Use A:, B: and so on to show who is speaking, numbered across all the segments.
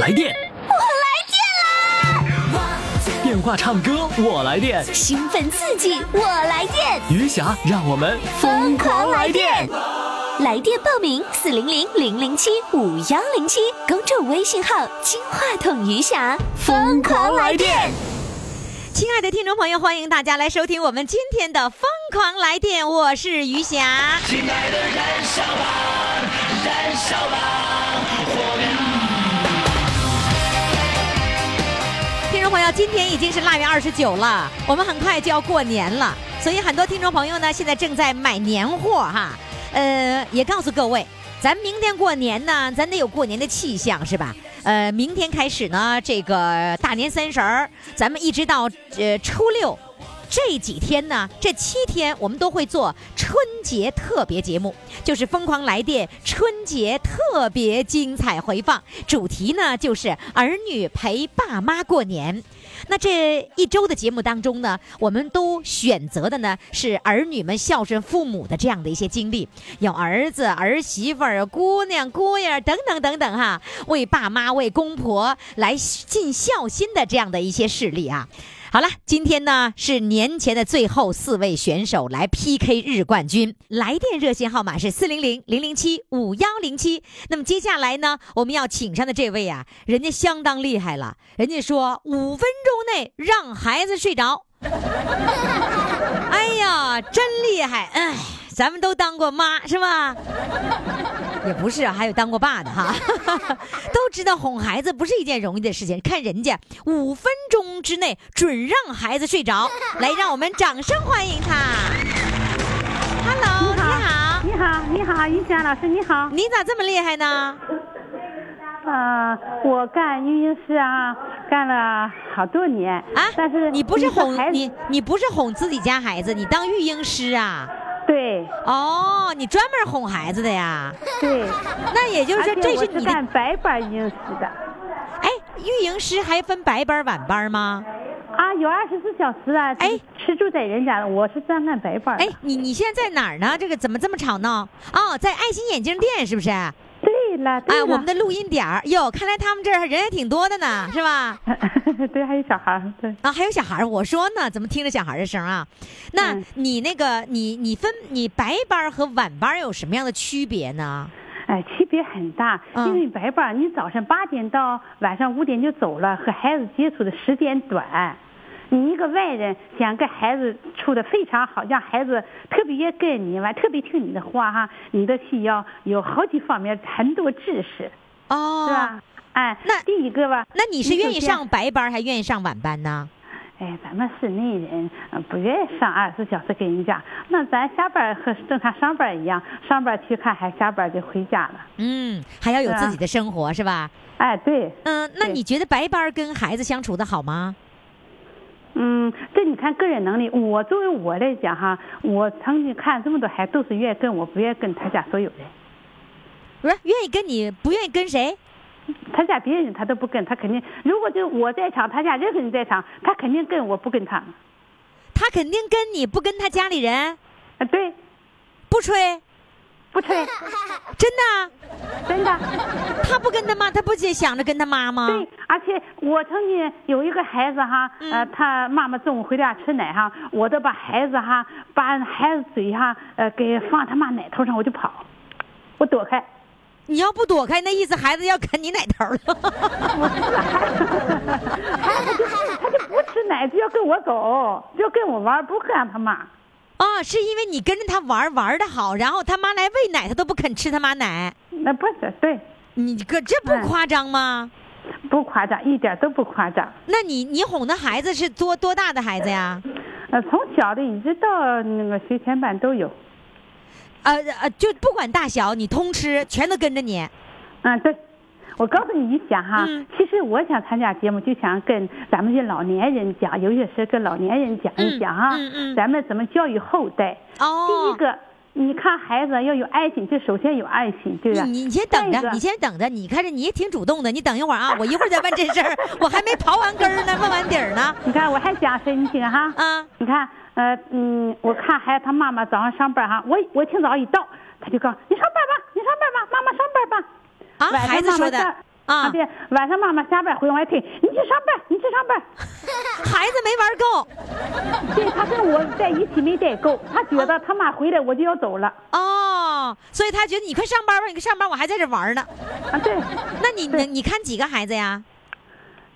A: 来电，电话唱歌我来电，
B: 兴奋刺激，我来电，
A: 余霞让我们
B: 疯狂来电！来电报名：四零零零零七五幺零七，公众微信号“金话筒余霞”，疯狂来电！
C: 亲爱的听众朋友，欢迎大家来收听我们今天的《疯狂来电》，我是余霞。
D: 亲爱的，燃烧吧，燃烧吧，火苗！
C: 听众朋友，今天已经是腊月二十九了，我们很快就要过年了，所以很多听众朋友呢，现在正在买年货哈。呃，也告诉各位，咱明天过年呢，咱得有过年的气象是吧？呃，明天开始呢，这个大年三十儿，咱们一直到呃初六。这几天呢，这七天我们都会做春节特别节目，就是《疯狂来电》春节特别精彩回放，主题呢就是儿女陪爸妈过年。那这一周的节目当中呢，我们都选择的呢是儿女们孝顺父母的这样的一些经历，有儿子、儿媳妇儿、姑娘、姑爷儿等等等等哈，为爸妈、为公婆来尽孝心的这样的一些事例啊。好了，今天呢是年前的最后四位选手来 PK 日冠军。来电热线号码是四零零零零七五幺零七。那么接下来呢，我们要请上的这位啊，人家相当厉害了，人家说五分钟内让孩子睡着。哎呀，真厉害！哎，咱们都当过妈是吧？也不是啊，还有当过爸的哈， 都知道哄孩子不是一件容易的事情。看人家五分钟之内准让孩子睡着，来，让我们掌声欢迎他。Hello，你好，
E: 你好，你好，于霞老师，你好。
C: 你咋这么厉害呢？
E: 啊、我干育婴师啊，干了好多年
C: 啊，
E: 但是
C: 你不是
E: 呃就是孩
C: 哄
E: 子
C: 你，你不是哄自己家孩子，你当育婴师啊？
E: 对
C: 哦，你专门哄孩子的呀？
E: 对，
C: 那也就是
E: 而
C: 说，
E: 且
C: 这
E: 我
C: 是你的
E: 干白班育婴师的
C: 哎，育婴师还分白班晚班吗？
E: 啊，有二十四小时啊，
C: 哎
E: 吃住在人家的，我是专干白班的
C: 哎，你你现在在哪儿呢？这个怎么这么吵闹？哦，在爱心眼镜店是不是？
E: 嗯
C: 哎，
E: 对了，对了，
C: 我们的录音点儿哟，看来他们这儿人还挺多的
E: 嗯
C: 呢，是吧？
E: 的 对，还有小孩儿，对，
C: 啊，还有小孩儿，我说呢，怎么听着小孩儿的声儿啊？那
E: 嗯
C: 你那个你你分你白班儿和晚班儿有什么样的区别呢？
E: 哎，区别很大，
C: 嗯
E: 因为白班儿你早上八点到晚上五点就走了，和孩子接触的时间短。你一个外人想跟孩子处的非常好，让孩子特别跟你完，特别听你的话哈，你的需要有好几方面很多知识，是
C: 哦，
E: 吧？哎，
C: 那
E: 第一个吧，
C: 那你是愿意
E: 首先
C: 上白班儿还愿意上晚班呢？
E: 哎，咱们室内人呃不愿意上二十四小时给人家，那咱下班儿和正常上班儿一样，上班儿去看孩子，下班儿就回家了。
C: 嗯，还要有
E: 是啊
C: 自己的生活是吧？
E: 哎，对，
C: 嗯，那
E: 对
C: 你觉得白班儿跟孩子相处的好吗？
E: 嗯，这你看个人能力。我作为我来讲哈，我曾经看这么多孩子，都是愿意跟我，不愿意跟他家所有人。
C: 不是愿意跟你，不愿意跟谁？
E: 他家别人他都不跟，他肯定。如果就我在场，他家任何人在场，他肯定跟我不跟他们。
C: 他肯定跟你不跟他家里人，
E: 啊，对，
C: 不吹，
E: 不吹，
C: 真的啊，
E: 真的。
C: 他不跟他妈，他不也想着跟他妈吗？
E: 对，而且我曾经有一个孩子哈，呃，他妈妈中午回家吃奶哈，我都把孩子哈，把孩子嘴哈，呃，给放他妈奶头上，我就跑，我躲开。
C: 你要不躲开，那意思孩子要啃你奶头了。
E: 他就他就不吃奶，就要跟我走，就要跟我玩，不跟他妈。
C: 啊，是因为你跟着他玩儿玩的好，然后他妈来喂奶，他都不肯吃他妈奶，
E: 那不是对，
C: 你可这不
E: 嗯
C: 夸张吗？
E: 不夸张，一点都不夸张。
C: 那你你哄的孩子是多多大的孩子呀？
E: 呃，从小的一直到那个学前班都有。
C: 呃呃，就不管大小，你通吃，全都跟着你。
E: 嗯，对。我告诉你一下哈，
C: 嗯
E: 其实我想参加节目，就想跟咱们这老年人讲，有些事跟老年人讲一讲哈，
C: 嗯嗯嗯
E: 咱们怎么教育后代。第
C: 哦，
E: 一个，你看孩子要有爱心，这首先有爱心，对吧？
C: 你你先等
E: 再一
C: 着，
E: 个
C: 你先等着，你看着你也挺主动的，你等一会儿啊，我一会儿再问这事儿，我还没刨完根儿呢，问完底儿呢，
E: 你看我还讲谁？你听哈，
C: 啊，
E: 你看，呃，嗯，我看孩子他妈妈早上上班哈，我我清早一到，他就告诉我你上班吧，你上班吧，妈妈上班吧。
C: 啊，
E: 晚上
C: 孩子
E: 妈妈
C: 说的
E: 上，
C: 啊
E: 别晚上妈妈下班回来我还推你去上班，你去上班。
C: 孩子没玩够
E: 对他跟我在一起没待够，他觉得他妈回来我就要走了
C: 哦，所以他觉得你快上班吧，你快上班，我还在这玩呢。
E: 啊！对，
C: 那你能你看几个孩子呀？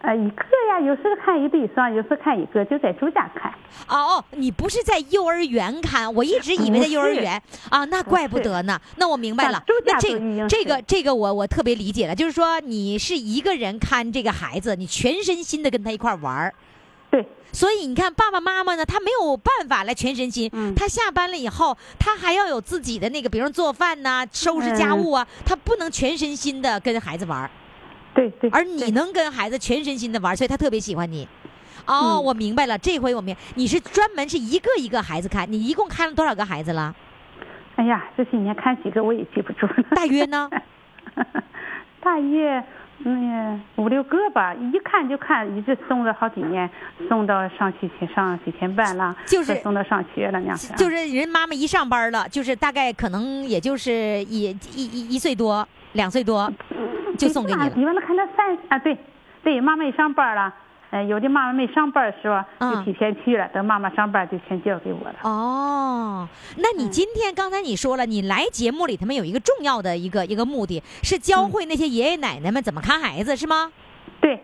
E: 呃，一个呀，有时看一对双，有时看一个，就在住家看。
C: 哦，你不是在幼儿园看，我一直以为在幼儿园啊，那怪不得呢。那我明白了
E: 啊周，
C: 那
E: 家
C: 这
E: 族育婴
C: 这
E: 室
C: 个这个我我特别理解了，就是说你是一个人看这个孩子，你全身心的跟他一块儿玩儿。
E: 对，
C: 所以你看，爸爸妈妈呢，他没有办法来全身心。
E: 嗯
C: 他下班了以后，他还要有自己的那个，比如说做饭呐、收拾家务啊，
E: 嗯
C: 他不能全身心的跟孩子玩儿。
E: 对对。
C: 而你能跟孩子全身心的玩儿，所以他特别喜欢你。哦，
E: 嗯
C: 我明白了，这回我明，你是专门是一个一个孩子看，你一共看了多少个孩 子了？
E: 哎呀，这些年看几个我也记不住了。
C: 大 约呢？
E: 大约嗯五六个吧，一看就看，一直送了好几年，送到上学前上学前班了，
C: 就是
E: 再送到上学了那样子啊。
C: 就是人妈妈一上班了，就是大概可能也就是一一一一岁多、两岁多，就送给你了。
E: 你们看他三啊，对对，妈妈一上班了，呃，有的妈妈没上班的时候
C: 嗯
E: 就提前去了，等妈妈上班就全交给我了。
C: 哦，那你
E: 嗯
C: 今天刚才你说了，你来节目里他们有一个重要的一个一个目的是
E: 嗯
C: 教会那些爷爷奶奶们怎么看孩子，是吗？
E: 对，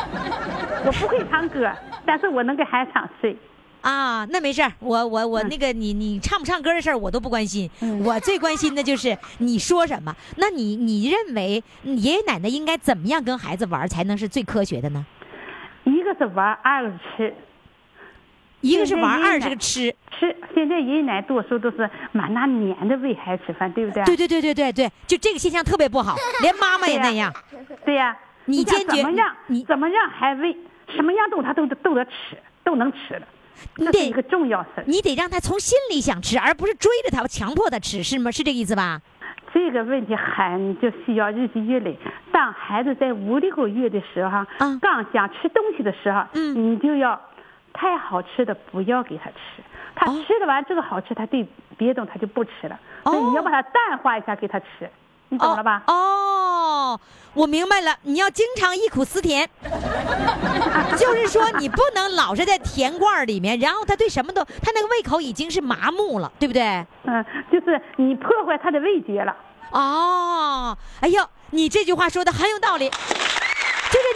E: 我不会唱歌，但是我能给孩子唱睡。
C: 啊，那没事儿，我我
E: 嗯
C: 我那个你你唱不唱歌的事儿我都不关心， 我最关心的就是你说什么。那你你认为爷爷奶奶应该怎么样跟孩子玩儿才能是最科学的呢？
E: 一个是玩，二个是吃。
C: 一个是
E: 对
C: 玩儿，
E: 爷爷
C: 二是
E: 奶
C: 个吃。
E: 吃，现在爷爷奶奶多数都是满大撵的喂孩子吃饭，对不对？
C: 对对对对对对，就这个现象特别 不好，连妈妈也那样。
E: 对呀、
C: 你
E: 想
C: 坚决
E: 怎么让
C: 你你
E: 怎么让孩子喂什么样都他都都得吃，都能吃的，
C: 你
E: 这
C: 得
E: 是一个重要事儿。
C: 你得让他从心里想吃，而不是追着他强迫他吃，是吗？是这个意思吧？
E: 这个问题很就需要日积月累。当孩子在五六个月的时候，
C: 嗯
E: 刚想吃东西的时候，
C: 嗯
E: 你就要太好吃的不要给他吃。他
C: 哦
E: 吃了完这个好吃，他对别的他就不吃了。
C: 哦
E: 所以你要把它淡化一下给他吃，你懂了吧？
C: 哦，哦我明白了，你要经常忆苦思甜， 就是说你不能老是在甜罐儿里面，然后他对什么都，他那个胃口已经是麻木了，对不对？
E: 嗯，就是你破坏他的味觉了。
C: 哦，哎呦，你这句话说的很有道理，就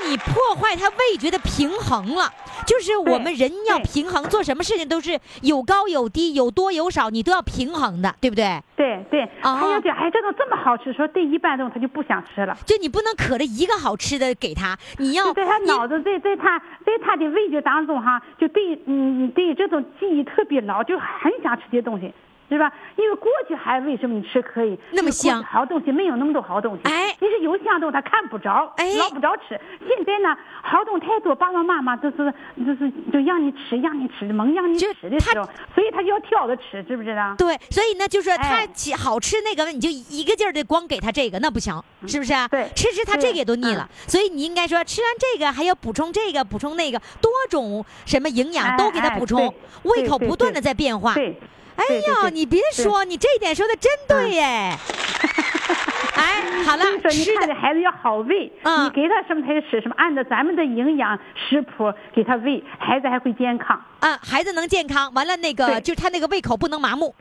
C: 是你破坏他味觉的平衡了。就是我们
E: 对
C: 人要
E: 对
C: 平衡，做什么事情都是有高有低，有多有少，你都要平衡的，对不对？
E: 对对，
C: 哦
E: 他要觉得哎，这种这么好吃，说对一般东西他就不想吃了。
C: 就你不能可着一个好吃的给他，你要
E: 就在他
C: 你
E: 脑子在在他在他的味觉当中哈，就对嗯对这种记忆特别牢，就很想吃这东西，是吧？因为过去还为什么你吃可以
C: 那
E: 因
C: 么
E: 为过去
C: 香
E: 好东西没有那么多好东西，
C: 哎
E: 你是有香东西他看不着，
C: 哎
E: 捞不着吃。现在呢，好东西太多，爸爸妈妈都是就是就让你吃，让你吃，猛让你
C: 就
E: 吃的时候，所以他就要挑着吃，知不知道？
C: 对，所以呢，就是说他
E: 哎
C: 起好吃那个，你就一个劲儿的光给他这个，那不行，是不是啊？
E: 嗯对
C: 吃吃他这
E: 对嗯
C: 个也都腻了，所以你应该说吃完这个还要补充这个，补充那个，多种什么营养
E: 哎
C: 都给他
E: 哎
C: 补充，
E: 对
C: 胃
E: 对
C: 口
E: 对
C: 不断的
E: 对
C: 在变化。
E: 对，
C: 哎
E: 对对
C: 呦，
E: 对
C: 你别
E: 对嗯
C: 说，你这一点说的真对耶。 哎，好了
E: 所以，说，
C: 吃
E: 你看
C: 的
E: 这孩子要好喂，
C: 嗯
E: 你给他什么他就吃什么，按照咱们的营养食谱给他喂，孩子还会健康。
C: 啊，孩子能健康，完了那个
E: 对
C: 就是他那个胃口不能麻木。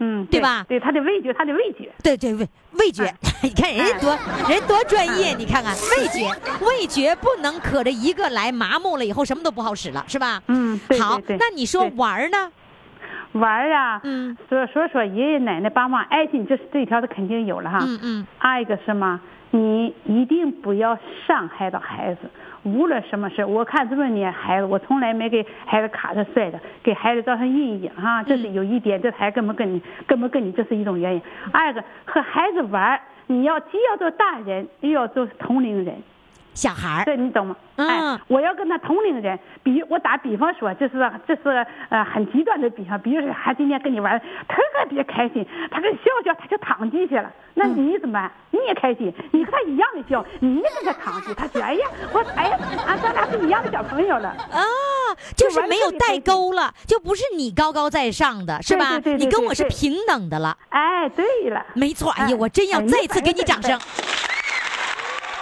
E: 嗯，
C: 对吧
E: 对他的味觉，他的味觉，
C: 对对味味觉， 你看人家
E: 哎
C: 多人多专业，你看看味觉，味觉不能可着一个来，麻木了以后什么都不好使了，是吧？
E: 嗯对
C: 好
E: 对对，
C: 那你说
E: 对
C: 玩儿呢？
E: 玩儿啊，
C: 嗯，
E: 所以说说爷爷奶奶、爸妈爱心，这是这条的肯定有了哈。
C: 嗯嗯。
E: 二一个什么？你一定不要伤害到孩子，无论什么事。我看这么多年孩子，我从来没给孩子卡着摔着，给孩子造成阴影哈，这是有一点，这还跟不跟你跟不跟你，这是一种原因。二个和孩子玩儿，你要既要做大人，又要做同龄人。
C: 小孩儿，
E: 这你懂吗？
C: 嗯
E: 哎，我要跟他同龄人，比我打比方说，这是这是呃很极端的比方，比如说他今天跟你玩得特别开心，他跟笑笑他就躺地下了，那
C: 嗯
E: 你怎么办？你也开心，你和他一样的笑，你也跟他躺地，他觉得哎呀，我哎呀，啊，咱俩是一样的小朋友了。
C: 啊，就是
E: 玩儿
C: 没有
E: 特别开
C: 代
E: 心
C: 沟了，就不是你高高在上的，是
E: 对
C: 吧？
E: 对对对
C: 你跟
E: 对
C: 我是
E: 对
C: 平等的了。
E: 哎，对了，
C: 没错，哎呀，
E: 哎
C: 我真要
E: 哎你
C: 再次
E: 反
C: 给
E: 应
C: 你
E: 得
C: 掌
E: 快
C: 声。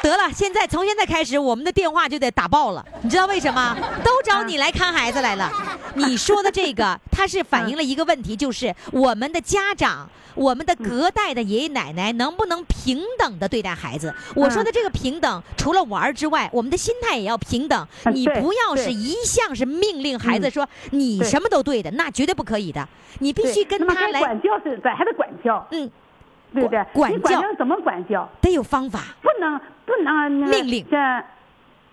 C: 得了，现在从现在开始，我们的电话就得打爆了，你知道为 什么？都找
E: 嗯
C: 你来看孩子来了。你说的这个，它是反映了一个问题，就是我们的家长。我们的
E: 嗯
C: 隔代的爷爷奶奶能不能平等的对待孩子？
E: 嗯
C: 我说的这个平等，除了玩儿之外，我们的心态也要平等。
E: 嗯
C: 你
E: 对
C: 不要
E: 对
C: 是一向是命令孩子
E: 嗯
C: 说你
E: 对
C: 什么都对的，那绝对不可以的。你必须
E: 对
C: 跟
E: 那么
C: 他
E: 该
C: 来，
E: 管教是咱还得管教，
C: 嗯，
E: 对不对？
C: 管
E: 你
C: 管
E: 管
C: 教
E: 教怎么管教？
C: 得有方法。
E: 不能不能那
C: 命令
E: 这，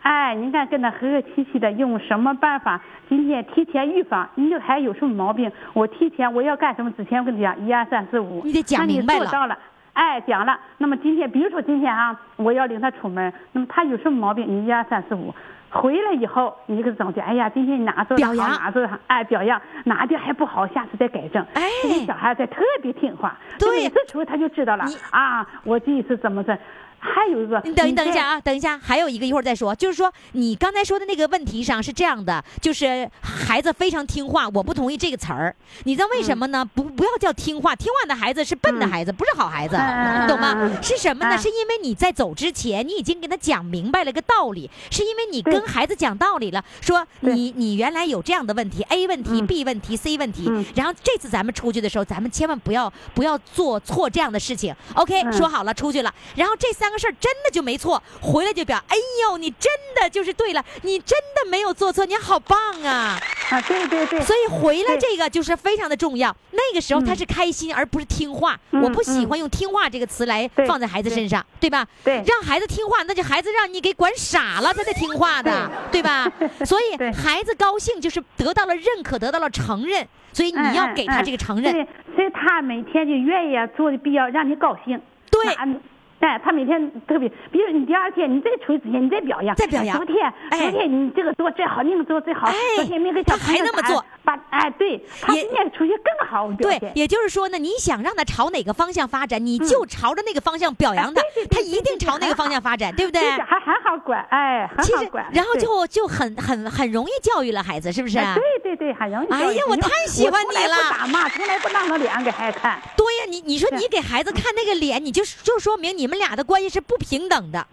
E: 哎，你看跟他和和气气的，用什么办法？今天提前预防，你这孩子有什么毛病？我提前我要干什么之前，我跟你讲一二三四五，
C: 你得讲
E: 那
C: 明白
E: 做
C: 了
E: 到了。哎，讲了。那么今天，比如说今天啊，我要领他出门，那么他有什么毛病？你一二三四五，回来以后你就给他总结。哎呀，今天你哪做的好，
C: 表扬
E: 哪做的好哎表扬，哪点还不好，下次再改正。
C: 哎
E: 这个小孩子特别听话，
C: 对
E: 每次出来他就知道了
C: 你
E: 啊，我这一次怎么着？还有一个，
C: 你等一等一
E: 这
C: 下啊，等一下，还有一个一会儿再说。就是说，你刚才说的那个问题上是这样的，就是孩子非常听话，我不同意这个词儿。你知道为什么呢？不，不要叫听话，听话的孩子是笨的孩子，不是好孩子，
E: 嗯
C: 你懂吗？
E: 嗯
C: 是什么呢？
E: 嗯
C: 是因为你在走之前，你已经跟他讲明白了个道理，是因为你跟
E: 对
C: 孩子讲道理了，说
E: 对
C: 你你原来有这样的问题，A 问题、
E: 嗯
C: B 问题、C 问题
E: 嗯，
C: 然后这次咱们出去的时候，咱们千万不要不要做错这样的事情。OK，、
E: 嗯
C: 说好了出去了，然后这三个事儿真的就没错，回来就表，哎呦，你真的就是对了，你真的没有做错，你好棒啊！
E: 啊，对对 对，
C: 所以回来
E: 对
C: 这个就是非常的重要。那个时候他是开心，而不是听话。我不喜欢用听话这个词来
E: 对
C: 放在孩子身上，对吧？
E: 嗯对
C: 让孩子听话，那就孩子让你给管傻了，他才听话的，对 吧？所以
E: 对
C: 孩子高兴就是得到了认可，得到了承认，所以你要给他这个承认。
E: 嗯嗯嗯对，所以他每天就愿意啊做的必要让你高兴。
C: 对
E: 那。哎，他每天特别，比如你第二天你再出去之前你再表扬，
C: 再表扬
E: 昨天、
C: 哎
E: 昨天你这个做最好，那个做最好，
C: 哎
E: 昨天没给小
C: 他
E: 朋友
C: 还那么
E: 打
C: 做，
E: 把哎对，他
C: 也
E: 今天出去更好表
C: 对
E: 现。，
C: 也就是说呢，你想让他朝哪个方向发展，你就朝着那个方向表扬他
E: 哎 对对，对
C: 他一定朝那个方向发展，对不 对？
E: 这小孩很好管，哎，很
C: 其
E: 好
C: 实
E: 管。，
C: 然后
E: 对
C: 就就很很很容易教育了孩子，是不是啊？
E: 哎对对对，很容易教育。
C: 哎呀我
E: 你
C: 太
E: 看
C: 喜欢
E: 我
C: 你
E: 从
C: 了
E: 来不打骂，从来不当着脸给孩子看。
C: 对呀，你你说
E: 是
C: 你给孩子
E: 嗯
C: 看那个脸，你就就说明你们俩的关系是不平等的，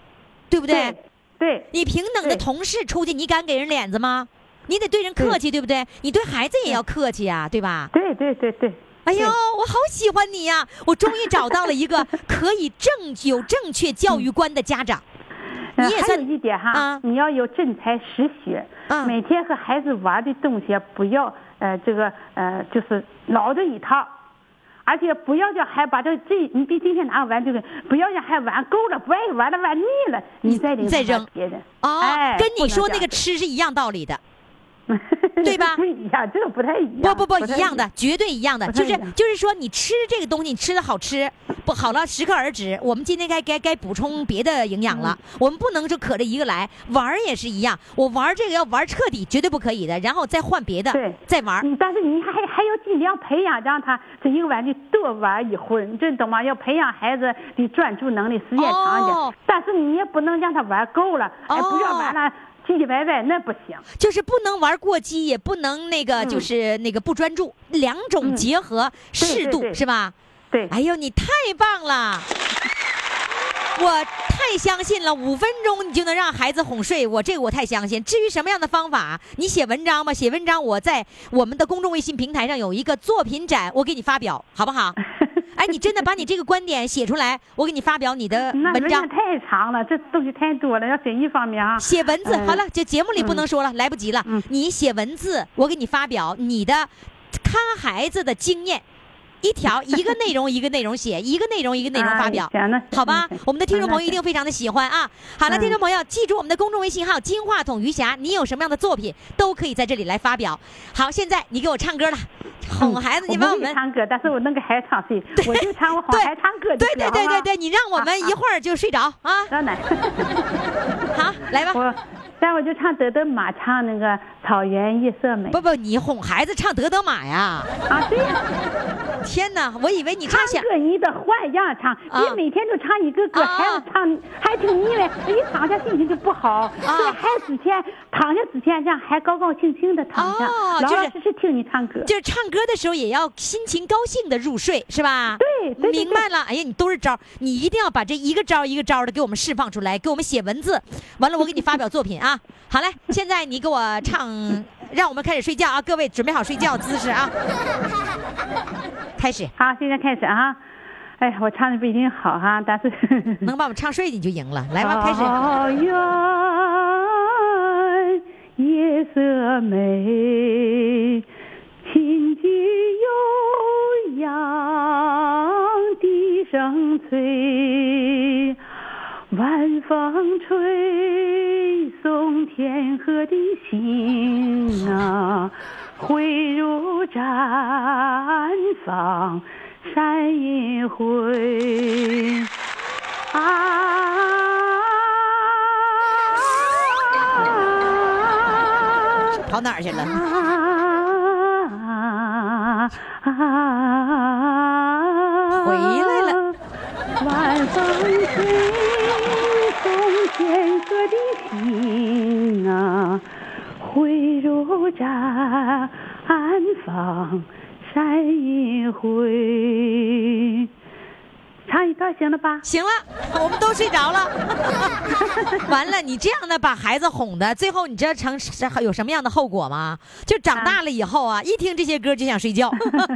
C: 对不对？
E: 对，
C: 你平等的
E: 对
C: 同事出去，你敢给人脸子吗？你得对人客气，对不对？你对孩子也要客气啊，对吧？
E: 对对对对，
C: 哎呦，
E: 对
C: 我好喜欢你呀、我终于找到了一 个可以正有正确教育观的家长。
E: 呃
C: 你也
E: 还有
C: 算
E: 一点哈，
C: 啊
E: 你要有真才实学，
C: 嗯
E: 每天和孩子玩的东西不要呃这个呃就是老这一套。而且不要叫孩子把这这，你别今天拿个玩具给，不要让孩子玩够了，不爱玩了玩腻了，你再领
C: 你再
E: 他
C: 扔
E: 别人。
C: 哦，
E: 哎、
C: 跟
E: 不
C: 你
E: 能
C: 说
E: 这
C: 那个
E: 样
C: 吃是一样道理的。
E: 子，
C: 对吧
E: 不一样，这个不太一
C: 不
E: 样。
C: 不不，
E: 太
C: 一样的，绝对一样的，
E: 不太
C: 就是
E: 一样
C: 就是说，你吃这个东西，你吃的好吃，不好了，适可而止。我们今天该该该补充别的营养了，
E: 嗯
C: 我们不能就可着一个来。玩儿也是一样，我玩儿这个要玩儿彻底，绝对不可以的，然后再换别的
E: 对，嗯
C: 再玩儿。
E: 你但是你还还要尽量培养，让他这一个玩具多玩一会儿，你这懂吗？要培养孩子的专注能力，时间长一点。
C: 哦
E: 但是你也不能让他玩够了，哎，不要玩了，唧唧歪歪那不行。
C: 就是不能玩过激，也不能那个就是那个不专注，两种结合，
E: 嗯对
C: 适
E: 对
C: 度
E: 对
C: 是吧？
E: 对，
C: 哎呦，你太棒了！我太相信了，五分钟你就能让孩子哄睡，我这个我太相信。至于什么样的方法，你写文章吧，写文章我在我们的公众微信平台上有一个作品展，我给你发表，好 不好？哎，你真的把你这个观点写出来，我给你发表你的
E: 那
C: 文章
E: 文。太长了，这东西太多了，要选一方面啊。
C: 写文字，
E: 嗯
C: 好了，这节目里不能说了，来不及了
E: 嗯。
C: 你写文字，我给你发表你的看孩子的经验，一条一个内容一个内容写，一个内容一个内容发表
E: 哎行那，
C: 好吧
E: 行行？
C: 我们的听众朋
E: 嗯
C: 友一定非常的喜欢啊！好了，
E: 嗯
C: 听众朋友，记住我们的公众微信号“金话筒余霞”，你有什么样的作品都可以在这里来发表。好，现在你给我唱歌了，哄孩子，你帮
E: 我
C: 我
E: 不会
C: 们。
E: 唱歌，但是我能给孩子唱戏，我就唱我好
C: 对
E: 孩子唱歌 就
C: 对
E: 行
C: 对对对对，，你让我
E: 啊
C: 们一
E: 啊
C: 会儿就睡着啊！
E: 好吗老奶奶。
C: 好，来吧。啊
E: 我，但我就唱德德玛唱那个草原夜色美
C: 不不，你哄孩子唱德德玛呀？
E: 啊，对呀、
C: 天哪，我以为你唱
E: 唱
C: 想
E: 歌你得换样唱，
C: 啊
E: 别每天都唱一个歌，
C: 啊
E: 孩子唱还挺腻歪，一躺下心情就不
C: 啊
E: 好。所以孩子之前躺下之前，让孩子高高兴兴的躺下，
C: 哦
E: 老
C: 就是
E: 老实实听你唱 歌。
C: 就是唱歌的时候也要心情高兴的入睡，是吧？
E: 对对对
C: 明白了。哎呀，你都是招儿，你一定要把这一个招儿一个招儿的给我们释放出来，给我们写文字。完了，我给你发表作品啊。 好嘞，现在你给我唱，让我们开始睡觉啊！各位准备好睡觉姿 势啊。开始，
E: 好，现在开始啊！哎，我唱的不一定好哈、但是
C: 能把我们唱睡你就赢了。来吧，开始。
E: 草原夜色美，琴曲悠扬，笛声脆，晚风吹送天河的心啊，汇入毡房山银晖。啊！
C: 跑哪儿去了？
E: 啊啊！
C: 回来了。
E: 晚风吹动天河的心啊，汇入毡房山一回。唱一段行了吧？
C: 行了，我们都睡着了。 完了，你这样的把孩子哄的，最后你知道成是有什么样的后果吗？就长大了以后啊，一听这些歌就想睡觉。 好了，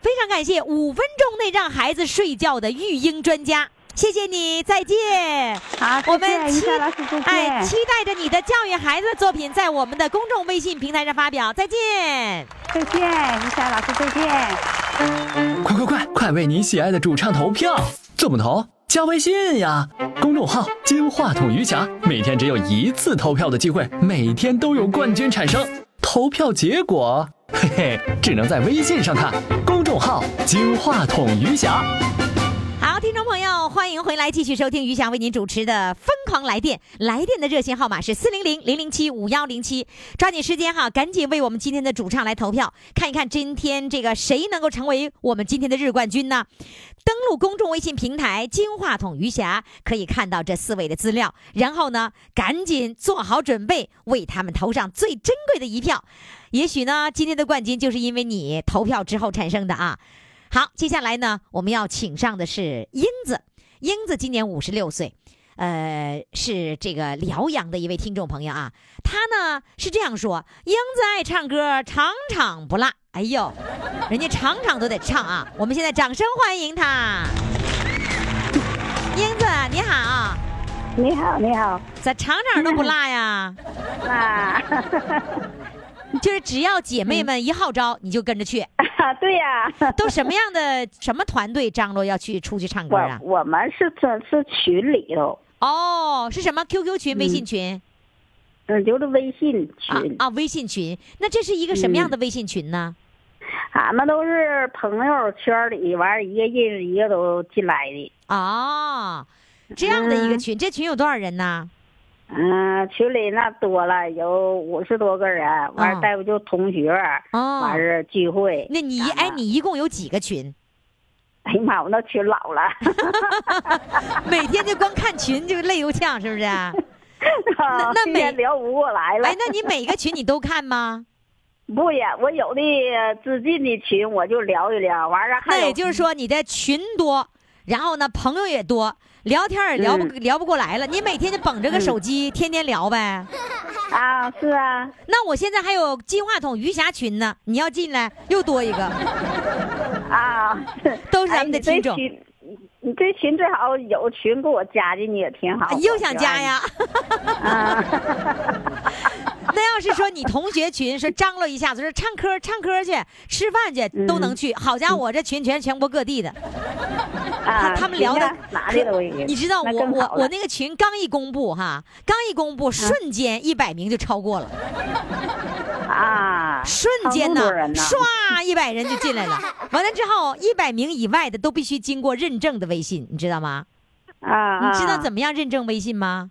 C: 非常感谢五分钟内让孩子睡觉的育婴专家。谢谢你，再见。
E: 好再见
C: 我们
E: 于
C: 期
E: 夏老师再见
C: 哎，期待着你的教育孩子的作品在我们的公众微信平台上发表。再见。
E: 再见，于霞老师，再见。
A: 快快快，快为你喜爱的主唱投票！怎么投？加微信呀，公众号“金话筒余霞”，每天只有一次投票的机会，每天都有冠军产生。投票结果，嘿嘿，只能在微信上看。公众号“金话筒余霞”。
C: 好，听众朋友，欢迎回来，继续收听于翔为您主持的《疯狂来电》。来电的热线号码是四零零零零七五幺零七，抓紧时间哈，赶紧为我们今天的主唱来投票，看一看今天这个谁能够成为我们今天的日冠军呢？登录公众微信平台“金话筒余霞”，可以看到这四位的资料，然后呢，赶紧做好准备，为他们投上最珍贵的一票。也许呢，今天的冠军就是因为你投票之后产生的啊。好，接下来呢，我们要请上的是英子。英子今年五十六岁，呃，是这个辽阳的一位听众朋友啊。她呢是这样说：英子爱唱歌，场场不落。哎呦，人家场场都得唱啊！我们现在掌声欢迎她。英子你好，
F: 你好，你好，
C: 咋场场都不落呀？
F: 啊，
C: 就是只要姐妹们一号召，你就跟着去。
F: 对呀、
C: 都什么样的什么团队？张罗要去出去唱歌啊？
F: 我我们是这是群里头，
C: 哦，是什么 QQ 群、微信群？
F: 嗯，就是微信
C: 啊
F: 群，
C: 啊，微信群。那这是一个什么样的微信群呢？
E: 啊
F: 俺们啊都是朋友圈里，完了一个认识一个都进来的。
C: 哦，这样的一个群，这群有多少人呢？
F: 嗯，群里那多了，有五十多个人，完
C: 哦
F: 了再不就同学，
C: 哦
F: 完，事聚会。
C: 那你
F: 啥的
C: 哎，你一共有几个群？
F: 哎呀妈，我那群老了，
C: 每天就光看群就累够呛，是不是？哎，
F: 那
C: 那每哎
F: 聊不过来了。
C: 那你每个群你都看吗？
F: 不呀，我有的自进的群我就聊一聊，完了还
C: 那
F: 有
C: 也就是说你的群多，然后呢朋友也多，聊天也聊不、聊不过来了。你每天就捧着个手机，天天聊呗。
F: 啊，是啊，
C: 那我现在还有金话筒余霞群呢，你要进来又多一个。
F: 啊，
C: 都是咱们的听众
F: 哎你这群你这群最好有群给我加进去也挺好。
C: 哎又想加呀？
F: 啊？
C: 那要是说你同学群说张罗一下子，说唱歌唱歌去，吃饭去都能
F: 嗯
C: 去。好家伙，我这群全是全国各地的，
F: 啊，
C: 他们聊的
F: 行啊哪里都有。
C: 你知道我
F: 那更
C: 我
F: 好了
C: 我那个群刚一公布哈，刚一公布，瞬
F: 嗯
C: 间一百名就超过了，
F: 啊，
C: 瞬间
F: 好
C: 呢
F: 多人，呢
C: 唰一百人就进来 了。完了之后，一百名以外的都必须经过认证的微信，你知道吗？
F: 啊，
C: 你知道
F: 么
C: 怎么样认证微信吗？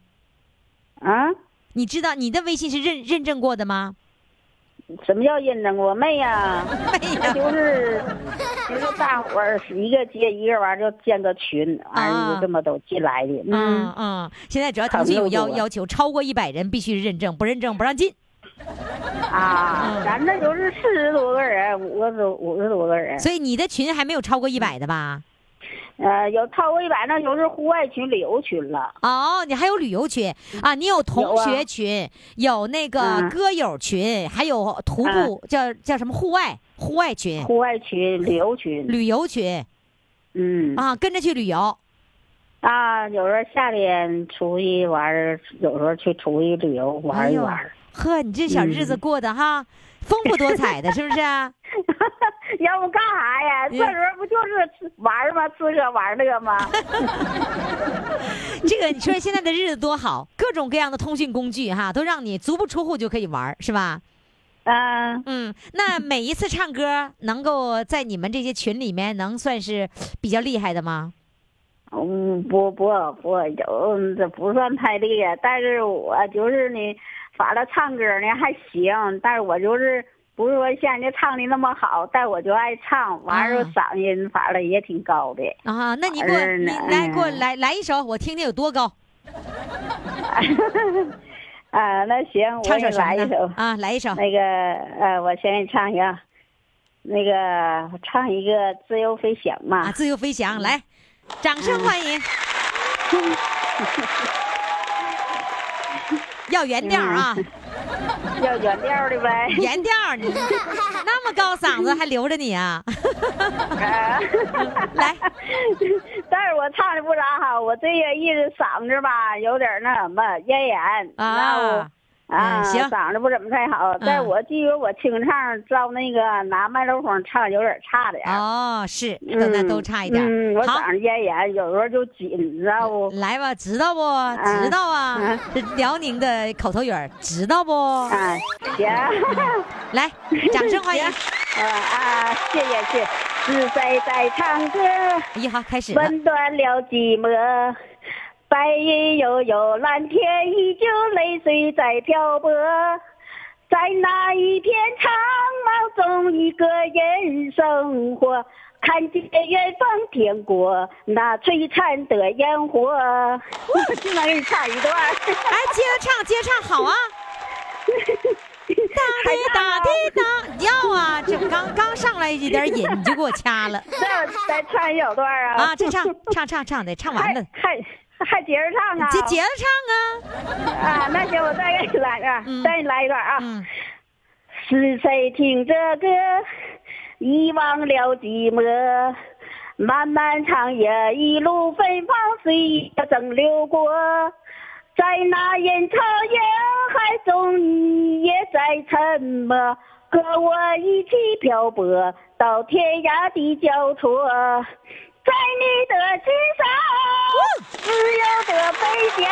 F: 啊？
C: 你知道你的微信是认认证过的吗？
F: 什么叫认证？我妹呀，她就是就是大伙儿一个接一个完就建个群，完了就这么都进来的。嗯，
C: 嗯嗯，现在只要腾讯有要要求，超过一百人必须认证，不认证不让进。
F: 啊，咱这就是四十多个人，五个多五十多个人，
C: 所以你的群还没有超过一百的吧？
F: 呃，有超过一百，那就是户外群、旅游群了。
C: 哦，你还有旅游群啊？你有同学群，有那个
F: 嗯
C: 歌友群，还有徒步叫叫什么户外户外群、
F: 户外群、旅游群，
C: 旅游群
F: 嗯
C: 啊，跟着去旅游。
F: 啊，有时候夏天出去玩儿，有时候去出去旅游玩一玩嗯儿。
C: 哎呵，你这小日子过得哈，丰富多彩的，是不 是啊？
F: 要不干啥呀？这时候不就是吃玩儿吗？吃喝玩乐吗？
C: 这个你说现在的日子多好，各种各样的通讯工具哈，都让你足不出户就可以玩儿，是吧？
F: 嗯，
C: 嗯，那每一次唱歌能够在你们这些群里面能算是比较厉害的吗？
F: 嗯，不不不，有嗯这不算太厉害，但是我就是呢，反正唱歌呢还行，但是我就是不是说像人家唱的那么好，但我就爱唱，完了
C: 啊
F: 嗓音反正也挺高的。
C: 啊，那你给我
F: 玩儿
C: 你
F: 呢
C: 来给我
F: 嗯
C: 来来一首，我听听有多高，
F: 啊，那行，我
C: 唱
F: 也
C: 首什
F: 来
C: 么
F: 一
C: 呢
F: 首。
C: 啊，来一首。
F: 那个呃，我先给你唱一个，那个唱一个《自由飞翔》嘛。
C: 啊，自由飞
F: 嗯
C: 翔，来，掌声欢迎。要原调啊，
F: 嗯要原调的 呗。
C: 原调儿，你那么高嗓子还留着你啊？
F: 啊
C: 来，
F: 但是我唱的不咋好，我这个意思嗓子吧有点那什么咽炎然后
C: 啊，
F: 啊，
C: 嗯行嗯
F: 嗓子不怎么太好。但我记得我清唱照那个拿麦克风唱有点差点儿。
C: 哦，是，
F: 嗯
C: 都那都差一点
F: 嗯，我
C: 儿。好，
F: 嗓子咽炎，有时候就紧，你知道不？
C: 来吧，知道不？知道啊，这辽宁的口头语儿，知道不？
F: 啊，行，
C: 来，嗯掌声 欢迎。哎
F: 啊啊，谢谢谢谢，是谁在唱歌？
C: 哎呀，好，开始了。
F: 温暖了寂寞。白云悠悠，蓝天依旧，泪水在漂泊。在那一片苍茫中，一个人生活，看见远方天国那璀璨的烟火。
C: 哦
F: 我经常给你唱一段 儿，
C: 哎，接着唱，接着唱，好 啊！哒滴哒滴哒，要啊！这刚刚上来一点瘾，你就给我掐了
F: 再再唱一小段儿啊！
C: 啊！哎这唱唱唱唱得唱完
F: 还
C: 了，嗯
F: 还还接着唱啊！
C: 接接着唱啊！
F: 啊，那行，我再给你来啊，
C: 嗯
F: 再给你来一段啊。
C: 嗯，
F: 是谁听这歌，遗忘了寂寞？漫漫长夜，一路芬芳随意的蒸馏过。在那人潮人海中，你也在沉默，和我一起漂泊到天涯的交错。在你的心上，自由的飞翔，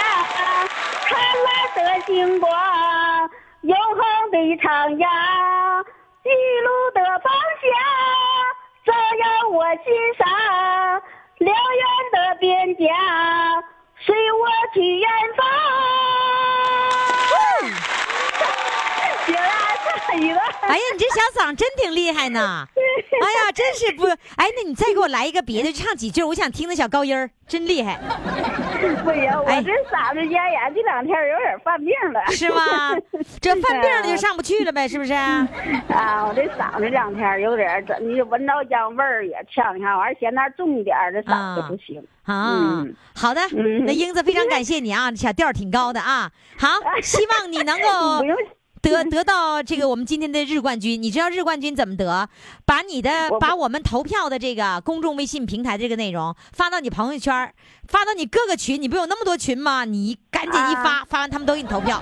F: 灿烂的星光，永恒的徜徉，一路的方向，照耀我心上，辽远的边疆，随我去远方。行啊了， 唱一个。
C: 哎呀，你这小嗓真挺厉害呢！ 哎呀，真是不，哎，那你再给我来一个别的，唱几句，我想听那小高音儿，真厉害，
F: 不行，我
C: 哎
F: 这嗓子咽炎，这两天有点犯病了。
C: 是吗？这犯病了就上不去了呗，是不是？
F: 啊，我这嗓子这两天有点儿，怎你就闻到香味儿也呛一下，完嫌那儿重点儿，这嗓子不行。
C: 啊
F: 嗯，
C: 好的，
F: 嗯
C: 那英子非常感谢你啊，小调儿挺高的啊，好， 希望你能够
F: 不用，
C: 得得到这个我们今天的日冠军。你知道日冠军怎么得？把你的
F: 我
C: 把我们投票的这个公众微信平台这个内容发到你朋友圈儿，发到你各个群，你不有那么多群吗？你赶紧一
F: 啊
C: 发，发完他们都给你投票，